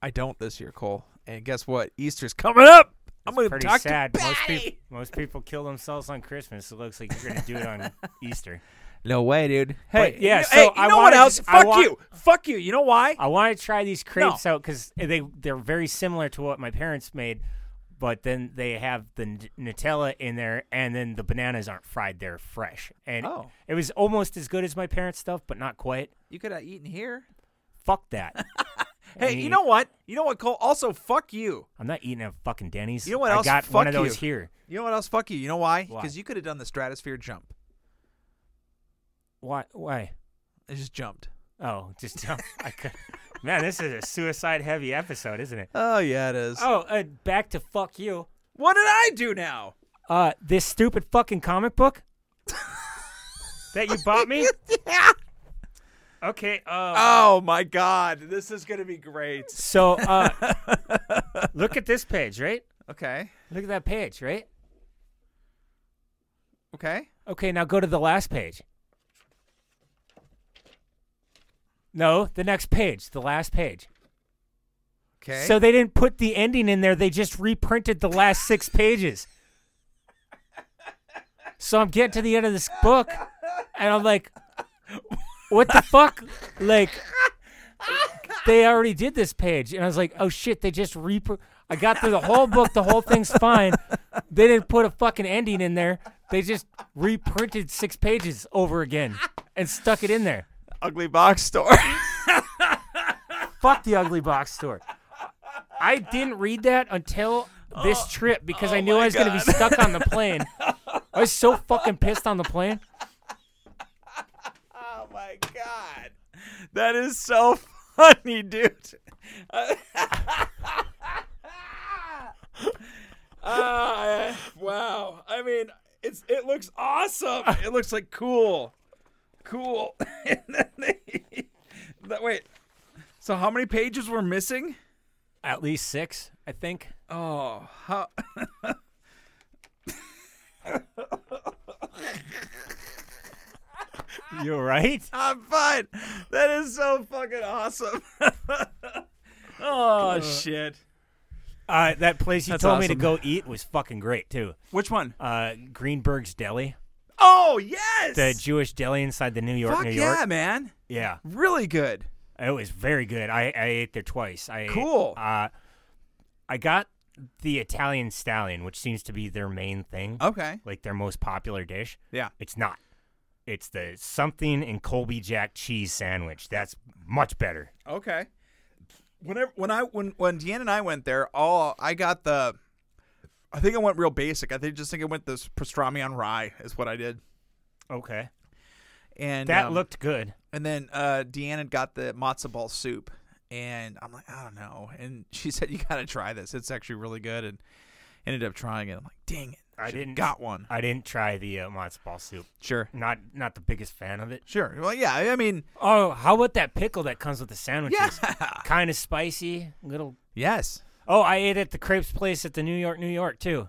I don't this year, Cole. And guess what? Easter's coming up. I'm
It's
gonna
pretty
talk
sad.
to
most
Patty.
people most people kill themselves on Christmas. It looks like you're going to do it on Easter.
No way, dude. Hey,
But, yeah,
you,
so
hey, you
I
know what
wanted-
else?
I Uh,
Fuck
wa-
you. Fuck you. You know why?
I want to try these crepes out 'cause out because they they're very similar to what my parents made, but then they have the n- Nutella in there, and then the bananas aren't fried; they're fresh. And
Oh.
it was almost as good as my parents' stuff, but not quite.
You could have eaten here.
Fuck that.
Hey, you know what? You know what, Cole? Also, fuck you.
I'm not eating at fucking Denny's.
You know what
I
else?
got
fuck
one of those
you.
here.
You know what else? Fuck you. You know why?
Why?
Because you could have done the stratosphere jump.
Why? Why?
It just jumped.
Oh, just jump. I could. Man, this is a suicide-heavy episode, isn't it?
Oh yeah, it is.
Oh, uh, back to fuck you.
What did I do now?
Uh, this stupid fucking comic book that you bought me.
yeah.
Okay. Uh,
Oh my god, this is gonna be great.
So, uh, look at this page, right?
Okay.
Look at that page, right?
Okay.
Okay, now go to the last page. No, the next page, the last page.
Okay.
So they didn't put the ending in there, they just reprinted the last six pages. So I'm getting to the end of this book and I'm like, what the fuck? Like, they already did this page. And I was like, oh shit, they just repro. I got through the whole book, the whole thing's fine. They didn't put a fucking ending in there. They just reprinted six pages over again and stuck it in there.
Ugly box store.
Fuck the ugly box store. I didn't read that until this
Oh.
trip because I knew I was going to be stuck on the plane. I was so fucking pissed on the plane.
oh my god, that is so funny, dude. Uh, wow. I mean, it's it looks awesome. It looks like cool, cool. and then they, that, wait. So how many pages were missing?
At least six, I think.
Oh, how?
You're right.
I'm fine. That is so fucking awesome.
Oh,
shit.
Uh, that place you
That's
told me to
awesome.
go eat was fucking great too.
Which one?
Uh, Greenberg's Deli,
Oh yes.
the Jewish deli inside the New York,
Fuck
New York.
yeah, man.
Yeah,
Really good.
Oh, it was very good. I, I ate there twice. I ate-
Cool.
uh, I got the Italian stallion, which seems to be their main thing.
Okay.
like their most popular dish.
Yeah.
It's not. It's the something and Colby Jack cheese sandwich. That's much better.
Okay. Whenever when I when when Deanne and I went there, all I got the I think I went real basic. I think just think I went this pastrami on rye is what I did.
Okay,
And
that
um,
looked good.
and then uh Deanne had got the matzo ball soup and I'm like, I don't know. And she said you gotta try this. It's actually really good and ended up trying it. I'm like, dang it.
I
should've
didn't
got one.
I didn't try the uh, matzo ball soup.
Sure.
Not not the biggest fan of it.
Sure. Well yeah, I mean
Oh, how about that pickle that comes with the sandwiches?
Yeah.
Kind of spicy, little.
Yes.
Oh, I ate at the crepes place at the New York, New York too.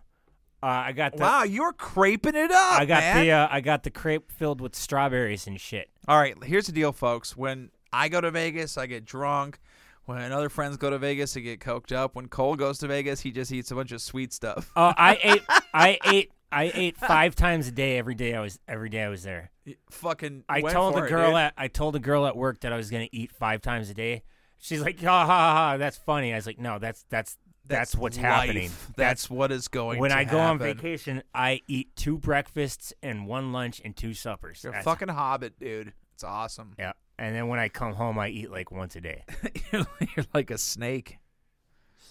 Uh, I got the
wow, you're craping it up.
I got
man.
the uh, I got the crepe filled with strawberries and shit.
All right, here's the deal, folks. When I go to Vegas, I get drunk. When other friends go to Vegas, they get coked up. When Cole goes to Vegas, he just eats a bunch of sweet stuff.
Oh, I ate I ate I ate five times a day every day I was every day I was there.
Fucking.
I
went
told
for
a
it,
girl
dude.
at I told a girl at work that I was gonna eat five times a day. She's like, ha ha ha, that's funny. I was like, no, that's that's that's, what's
life.
happening.
That's what is going.
when
to
I go on
happen.
vacation, I eat two breakfasts and one lunch and two suppers.
you're a
That's-
fucking hobbit, dude. It's awesome.
yeah. And then when I come home, I eat like once a day.
you're like a snake.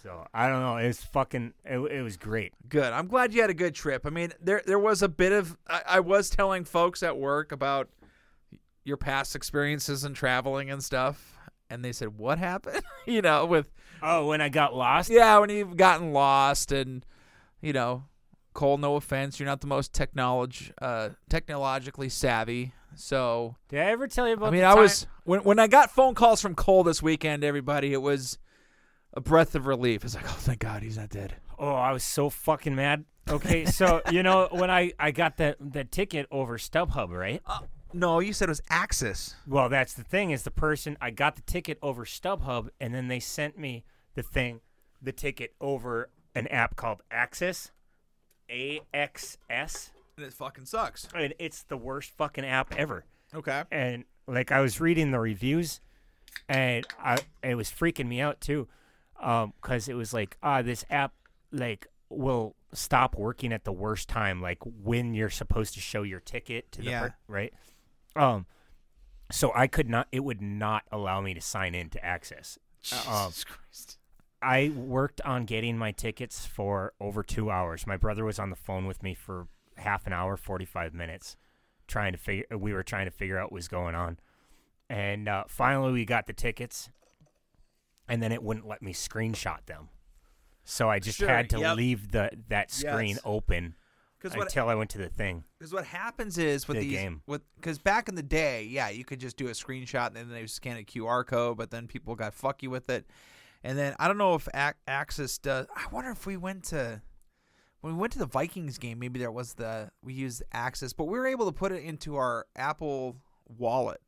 So I don't know. It was fucking. It, it was great.
Good. I'm glad you had a good trip. I mean, there there was a bit of I, I was telling folks at work about your past experiences and traveling and stuff, and they said, "What happened?" you know, with
Oh, when I got lost.
Yeah, when you've gotten lost and you know, Cole, no offense, you're not the most technolog- uh, technologically savvy. So
Did I ever tell you about?
I mean,
the
I
time-
was when when I got phone calls from Cole this weekend, everybody, it was a breath of relief. It's like, oh, thank God, he's not dead.
Oh, I was so fucking mad. Okay, so you know when I I got that that ticket over StubHub, right?
Uh, No, you said it was Axis.
Well, that's the thing is the person I got the ticket over StubHub, and then they sent me the thing, the ticket over an app called Axis, A X S,
And it fucking sucks.
and it's the worst fucking app ever.
Okay.
And like I was reading the reviews, and I it was freaking me out too, um, because it was like ah this app like will stop working at the worst time, like when you're supposed to show your ticket to the
Yeah.
per- right. Um, so I could not. It would not allow me to sign in to access. Um, Jesus
Christ!
I worked on getting my tickets for over two hours. My brother was on the phone with me for half an hour, forty-five minutes, trying to figure. We were trying to figure out what was going on, and uh, finally we got the tickets. And then it wouldn't let me screenshot them, so I just
Sure,
had to
yep.
leave the that screen
Yes.
open
'Cause what-
until I went to the thing.
Because what happens is with
The
these,
game.
with because back in the day, yeah, you could just do a screenshot and then they would scan a QR code, but then people got fucky with it. And then I don't know if Ac- Axis does. I wonder if we went to when we went to the Vikings game, maybe there was the we used Axis, but we were able to put it into our Apple Wallet.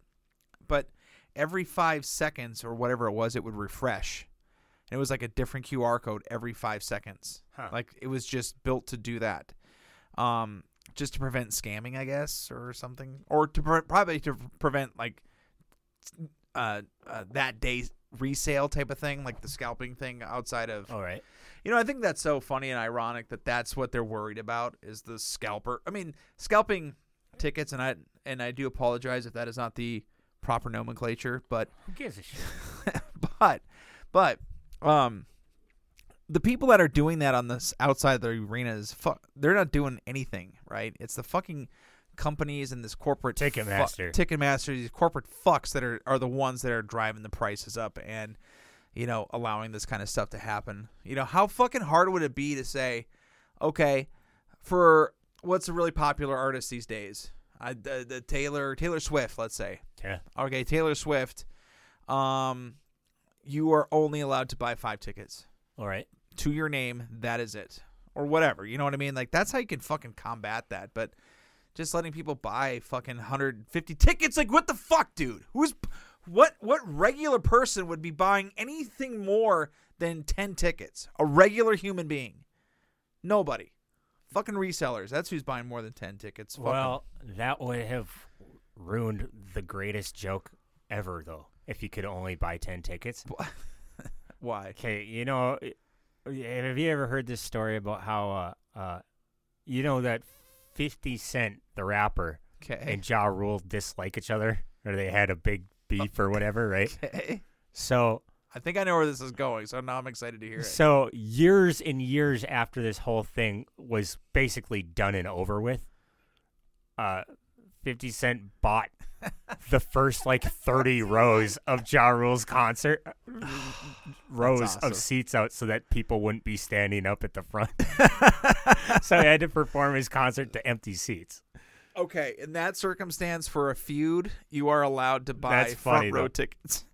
But every five seconds or whatever it was, it would refresh, and it was like a different QR code every five seconds. Like it was just built to do that um, just to prevent scamming, I guess, or something, or to pre- probably to prevent like uh, uh, that day resale type of thing, like the scalping thing outside of.
All right.
You know, I think that's so funny and ironic that that's what they're worried about is the scalper. I mean, scalping tickets, and I and I do apologize if that is not the proper nomenclature, but
Who gives a shit?
but but um the people that are doing that on this outside the arena is fu- they're not doing anything right it's the fucking companies and this corporate
Ticketmaster.
fu- ticketmaster these corporate fucks that are are the ones that are driving the prices up and you know allowing this kind of stuff to happen you know how fucking hard would it be to say okay for what's a really popular artist these days I, the, the taylor taylor swift let's say
Yeah.
Okay, Taylor Swift. Um, you are only allowed to buy five tickets.
All right.
To your name, that is it, or whatever. You know what I mean? Like that's how you can fucking combat that. But just letting people buy fucking 150 tickets, like what the fuck, dude? Who's what? What regular person would be buying anything more than 10 tickets? A regular human being? Nobody. Fucking resellers. That's who's buying more than 10 tickets. Fucking-
Well, that would have ruined the greatest joke ever, though. If you could only buy ten tickets,
why?
Okay, you know, i- have you ever heard this story about how, uh, uh, you know, that Fifty Cent, the rapper,
'Kay.
and Ja Rule dislike each other, or they had a big beef or whatever, right? So
I think I know where this is going, so now I'm excited to hear it.
So years and years after this whole thing was basically done and over with, uh, Fifty Cent bought the first like thirty rows of Ja Rule's concert uh, rows
awesome.
of seats out so that people wouldn't be standing up at the front. so he had to perform his concert to empty seats.
Okay, in that circumstance, for a feud, you are allowed to buy
That's funny,
front row
though.
tickets.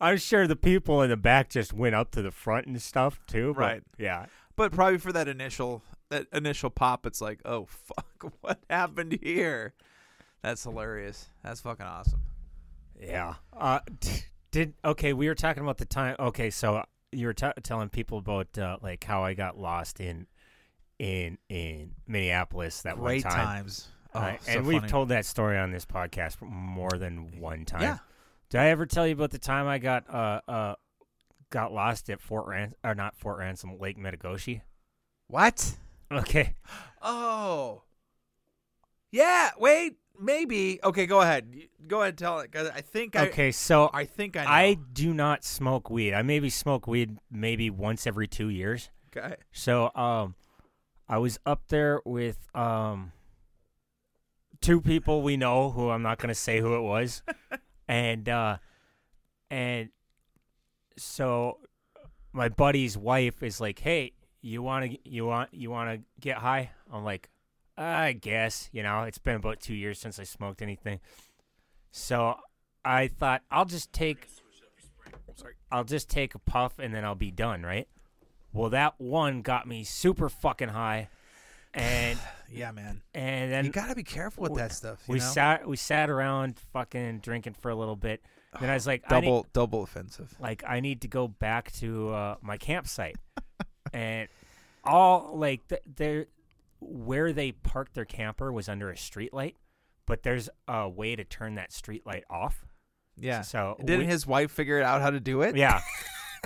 I'm sure the people in the back just went up to the front and stuff too. but
Right.
Yeah.
But probably for that initial that initial pop, it's like, oh fuck, what happened here? That's hilarious. That's fucking awesome.
Yeah. Uh, d- did okay? We were talking about the time. Okay, so you were t- telling people about uh, like how I got lost in in in Minneapolis that
Great
one time.
times. Oh,
Uh,
so
and we've
funny.
told that story on this podcast more than one time.
Yeah.
Did I ever tell you about the time I got uh uh got lost at Fort Ran or not Fort Ransom Lake Metagoshi?
What?
Okay.
Oh, yeah. Wait, maybe. Okay, go ahead. You- Go ahead. and Tell it. 'cause I think. I,
okay, so
I think I. Know.
I do not smoke weed. I maybe smoke weed maybe once every two years.
Okay.
So um, I was up there with um two people we know who I'm not gonna say who it was, and uh, and so my buddy's wife is like, "Hey, you want to you want you want to get high?" I'm like, "I guess, you know, it's been about 2 years since I smoked anything." So I thought I'll just take I'll just take a puff and then I'll be done, right? Well, that one got me super fucking high. And
Yeah, man.
And then
You gotta be careful with
we-
that stuff, you
we
know?
sat we sat around fucking drinking for a little bit. Then I was like I need-
double double offensive.
like I need to go back to uh, my campsite, and all like th- there, where they parked their camper was under a streetlight, but there's a way to turn that streetlight off.
Yeah.
So
didn't
we-
his wife figure out how to do it? Ah.
Yeah.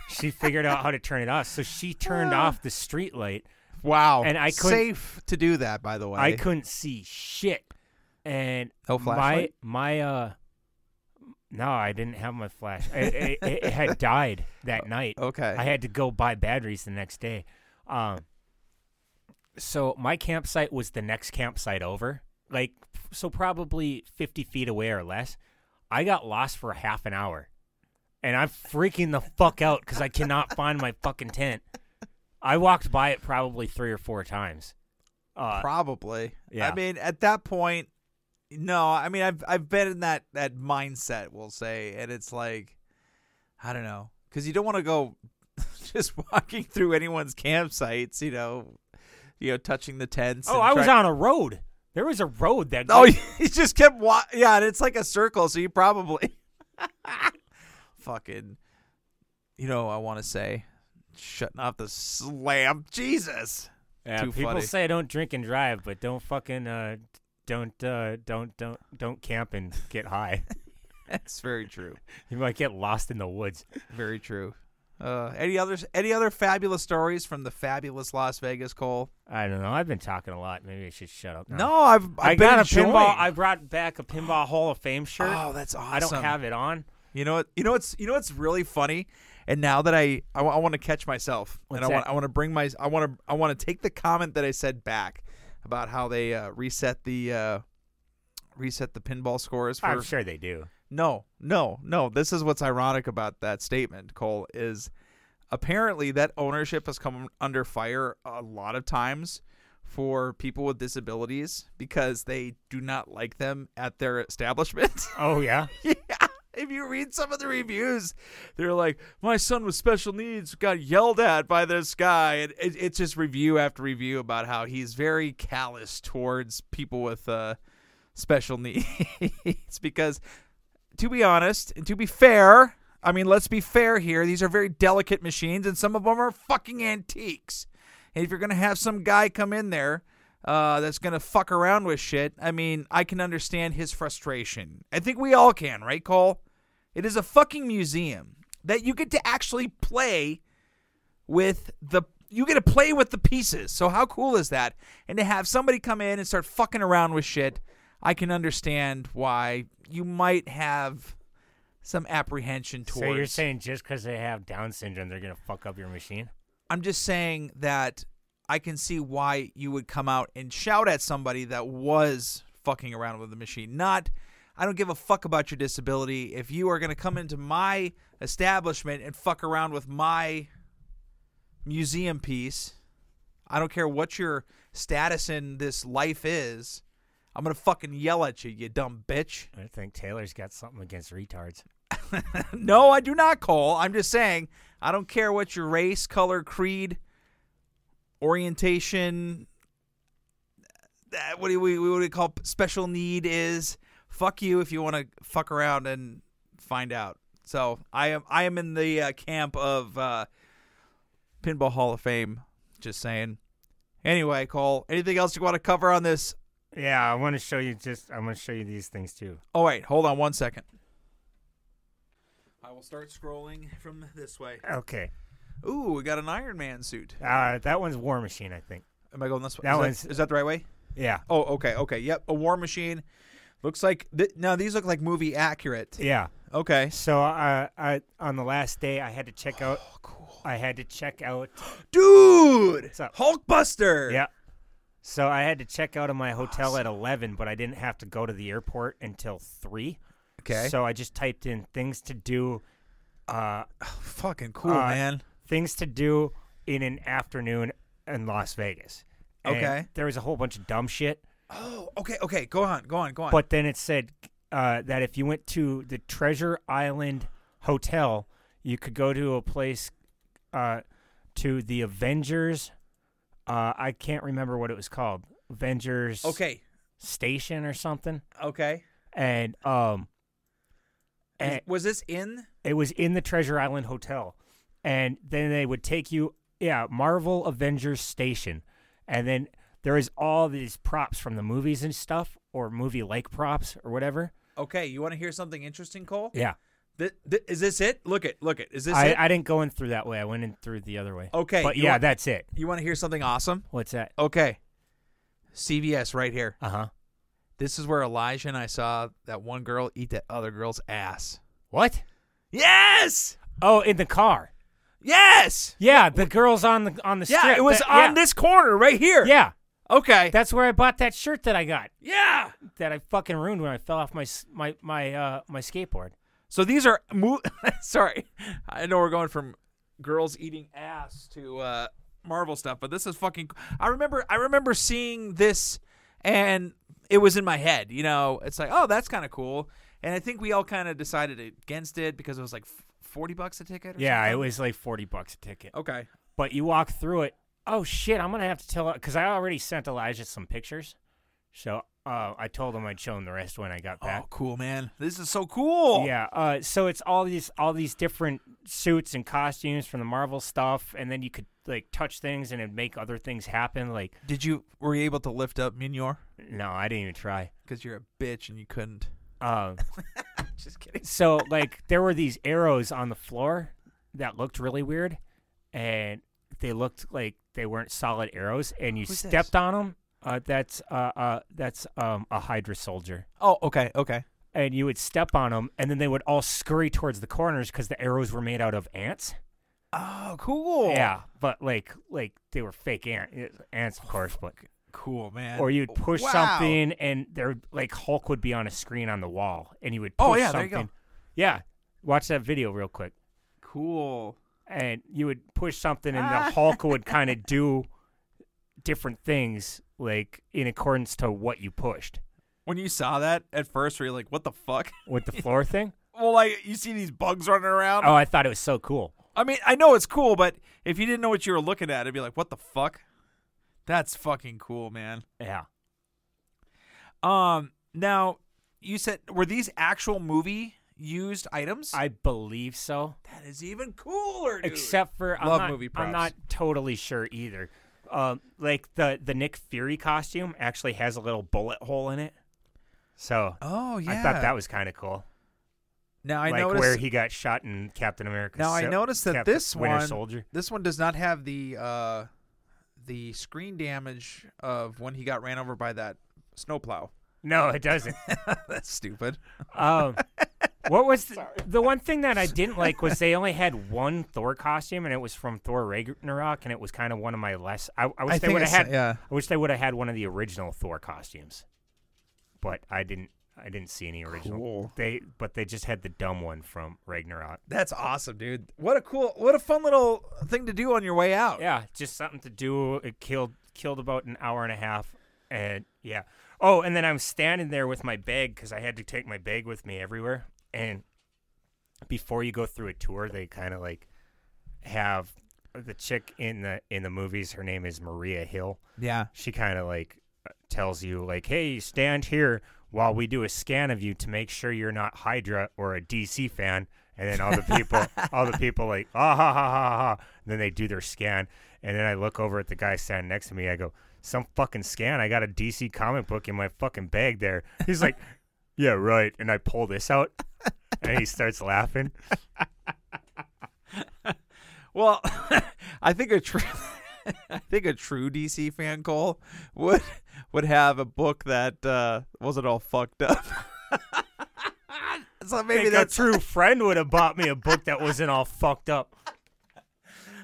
she figured out how to turn it off. So she turned off the streetlight
Wow.
And I couldn't-
safe to do that, by the way.
I couldn't see shit. And
No Oh, flashlight?
my my uh no, I didn't have my flash. It, it, it had died that night.
Okay.
I had to go buy batteries the next day. Um so my campsite was the next campsite over. Like so probably 50 feet away or less. I got lost for half an hour. And I'm freaking the fuck out cuz I cannot find my fucking tent. I walked by it probably 3 or 4 times. Uh,
Probably.
yeah.
I mean, at that point, no. I mean, I've I've been in that that mindset, we'll say, and it's like, I don't know, because you don't want to go just walking through anyone's campsites, you know, you know, touching the tents.
Oh,
and
I was
try-
on a road. There was a road that.
Oh, he just kept wa- Yeah, and it's like a circle, so you probably fucking, you know, I want to say, shutting off the slam. Jesus.
Yeah,
Too
people
funny.
say don't drink and drive, but don't fucking uh, don't uh, don't don't don't camp and get high.
That's very true.
you might get lost in the woods.
Very true. Uh, any others? Any other fabulous stories from the fabulous Las Vegas, Cole?
I don't know. I've been talking a lot. Maybe I should shut up. Now.
No, I've, I've
I
been
got a
enjoying.
pinball. I brought back a pinball Hall of Fame shirt.
Oh, that's awesome!
I don't have it on.
You know what? You know what's you know what's really funny. And now that I I, want to catch myself,
What's
and I
that?
want I want to bring my I want to I want to take the comment that I said back about how they uh, reset the uh, reset the pinball scores. For,
I'm sure they do.
No, no, no. This is what's ironic about that statement, Cole, is apparently that ownership has come under fire a lot of times for people with disabilities because they do not like them at their establishment.
Oh yeah.
yeah. If you read some of the reviews, they're like, "My son with special needs got yelled at by this guy," and it, it's just review after review about how he's very callous towards people with uh, special needs because to be honest and to be fair, I mean, let's be fair here. These are very delicate machines, and some of them are fucking antiques. And if you're gonna have some guy come in there uh, that's gonna fuck around with shit, I mean, I can understand his frustration. I think we all can, right, Cole? It is a fucking museum that you get to actually play with the you get to play with the pieces. So how cool is that? And to have somebody come in and start fucking around with shit, I can understand why you might have some apprehension towards.
So you're saying just because they have Down syndrome, they're gonna fuck up your machine?
I'm just saying that I can see why you would come out and shout at somebody that was fucking around with the machine. Not, I don't give a fuck about your disability. If you are going to come into my establishment and fuck around with my museum piece, I don't care what your status in this life is. I'm going to fucking yell at you, you dumb bitch.
I think Taylor's got something against retards.
no, I do not, Cole. I'm just saying, I don't care what your race, color, creed, orientation, that, what do we what do we call it? special need is? Fuck you if you want to fuck around and find out. So I am I am in the uh, camp of uh, pinball Hall of Fame. Just saying. Anyway, Cole, anything else you want to cover on this?
Yeah, I want to show you just. I want to show you these things too.
Oh wait, hold on one second. I will start scrolling from this way.
Okay.
Ooh, we got an Iron Man suit.
Uh, that one's War Machine, I think.
Am I going this way?
That
is,
one's-
that, is that the right way?
Yeah.
Oh, okay, okay. Yep, a war machine. Looks like th- now these look like movie accurate.
Yeah.
Okay.
So uh, I on the last day I had to check out.
Oh,
I had to check out.
Dude,
What's up?
Hulkbuster.
Yeah. So I had to check out of my hotel at eleven, but I didn't have to go to the airport until three.
Okay.
So I just typed in things to do. Uh,
Fucking cool,
uh,
man.
Things to do in an afternoon in Las Vegas. And
Okay.
There was a whole bunch of dumb shit.
Oh, okay, okay. Go on, go on, go on.
But then it said uh, that if you went to the Treasure Island Hotel, you could go to a place uh, to the Avengers. Uh, I can't remember what it was called. Avengers.
okay,
Station or something,
okay.
and um,
Is-
and
was this in?
it was in the Treasure Island Hotel, and then they would take you, yeah, Marvel Avengers Station, and then there is all these props from the movies and stuff, or movie like props or whatever.
Okay, you want to hear something interesting, Cole?
Yeah.
Th- th- is this it? Look it. Look it. Is this
I,
it?
I didn't go in through that way. I went in through the other way.
Okay.
But
you
yeah,
want-
that's it.
You want to hear something awesome?
What's that?
Okay. CVS right here.
Uh huh.
This is where Elijah and I saw that one girl eat that other girl's ass.
What?
Yes.
Oh, in the car.
Yes.
Yeah, the girls on the on the
Yeah,
strip.
it was
That-
on
yeah.
this corner right here.
Yeah.
Okay.
That's where I bought that shirt that I got.
Yeah.
That I fucking ruined when I fell off my s- my my uh my skateboard.
So these are mo- sorry. I know we're going from girls eating ass to uh Marvel stuff, but this is fucking I remember I remember seeing this and it was in my head, you know. It's like, "Oh, that's kind of cool." And I think we all kind of decided against it because it was like f- 40 bucks a ticket or
Yeah,
something.
it was like forty bucks a ticket.
Okay.
But you walk through it. Oh shit! I'm gonna have to tell because I already sent Elijah some pictures. So uh, I told him I'd show him the rest when I got back.
Oh, cool, man. This is so cool.
Yeah. Uh, so it's all these all these different suits and costumes from the Marvel stuff, and then you could like touch things and it'd make other things happen. Like
Did you were you able to lift up Minyor?
no, I didn't even try.
Cuz you're a bitch and you couldn't.
Um,
Oh Just kidding.
so like there were these arrows on the floor that looked really weird, and they looked like they weren't solid arrows, and you
Who's this?
stepped on 'em. on them. Uh, that's uh, uh, that's um, a Hydra soldier.
Oh, okay. Okay.
and you would step on them, and then they would all scurry towards the corners because the arrows were made out of ants.
Oh, cool.
Yeah, but like like they were fake ant ants, of course, but
Cool, man.
or you'd push
Wow.
something, and there like Hulk would be on a screen on the wall, and you would push
Oh, yeah, there you
something.
go.
Yeah, watch that video real quick,
Cool.
and you would push something, and
Ah.
the Hulk would kind of do different things like in accordance to what you pushed
When you saw that at first, were you like, what the fuck?
with the floor thing.
Well, like, you see these bugs running around.
Oh, I thought it was so cool.
I mean, I know it's cool, but if you didn't know what you were looking at, it'd be like, what the fuck? That's fucking cool, man.
Yeah.
Um, now, you said, were these actual movie used items?
I believe so.
that is even cooler, dude.
Except for I'm
Love
not,
movie props.
I'm not totally sure either. Um, like the the Nick Fury costume actually has a little bullet hole in it. So
Oh, yeah.
I thought that was kind of cool.
Now, I
like
noticed.
where he got shot in Captain America.
Now I
Sil-
noticed that
Cap-
this
Winter
one,
Soldier.
this one does not have the uh, the screen damage of when he got ran over by that snowplow.
No, it doesn't.
That's stupid.
um, what was the, the one thing that I didn't like was they only had one Thor costume and it was from Thor Ragnarok and it was kind of one of my less. I, I wish
I
they
think
would have
I saw-
had.
yeah.
I wish they would have had one of the original Thor costumes, but I didn't. I didn't see any original.
Cool.
They but they just had the dumb one from Ragnarok.
That's awesome, dude. What a cool, what a fun little thing to do on your way out.
Yeah, just something to do. It killed killed about an hour and a half, and yeah. Oh, and then I'm standing there with my bag because I had to take my bag with me everywhere. And before you go through a tour, they kind of like have the chick in the in the movies. Her name is Maria Hill.
Yeah.
She kind of like tells you like, "Hey, stand here while we do a scan of you to make sure you're not Hydra or a DC fan." And then all the people, all the people like, "Ah ha ha ha ha!" And then they do their scan, and then I look over at the guy standing next to me. I go, "Some fucking scan! I got a DC comic book in my fucking bag there." He's like, "Yeah, right." And I pull this out, and he starts laughing.
Well, I think a true, I think a true DC fan Cole would would have a book that uh, wasn't all fucked up. so
Maybe
maybe
think a
that's
true friend would have bought me a book that wasn't all fucked up.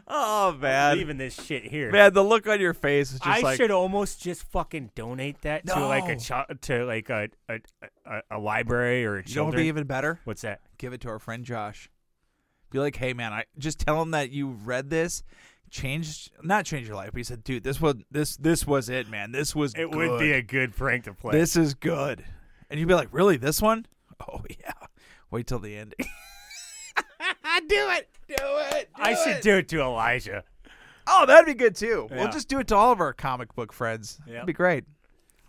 oh man,
Leaving this shit here.
man, the look on your face is just
I
like
should almost just fucking donate that to like a
No.
cho- to like a a, a a library
you know
or a
what
children.
would be even better.
What's that?
give it to our friend Josh. Be like, hey man, I just tell him that you read this, changed not changed your life, but he said, dude, this was this this was it, man. This was
It would be a good prank to play.
this is good. And you'd be like, really, this one? Oh yeah. Wait till the ending. do it, do it.
I should do it to Elijah.
Oh, that'd be good too.
Yeah.
We'll just do it to all of our comic book friends.
Yep.
That'd be great.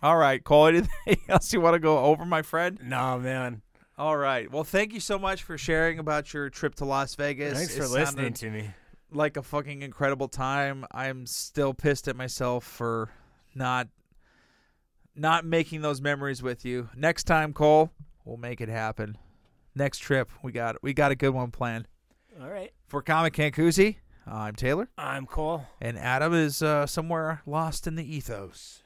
All right, Cole. Anything else you want to go over, my friend?
Nah, man.
All right. Well, thank you so much for sharing about your trip to Las Vegas.
Thanks
It
for
sounded-
listening to me.
like a fucking incredible time. I'm still pissed at myself for not not making those memories with you. Next time, Cole, we'll make it happen. Next trip, we got we got a good one planned.
All right.
For Comic Cancusi, I'm Taylor.
I'm Cole.
And Adam is uh, somewhere lost in the ethos.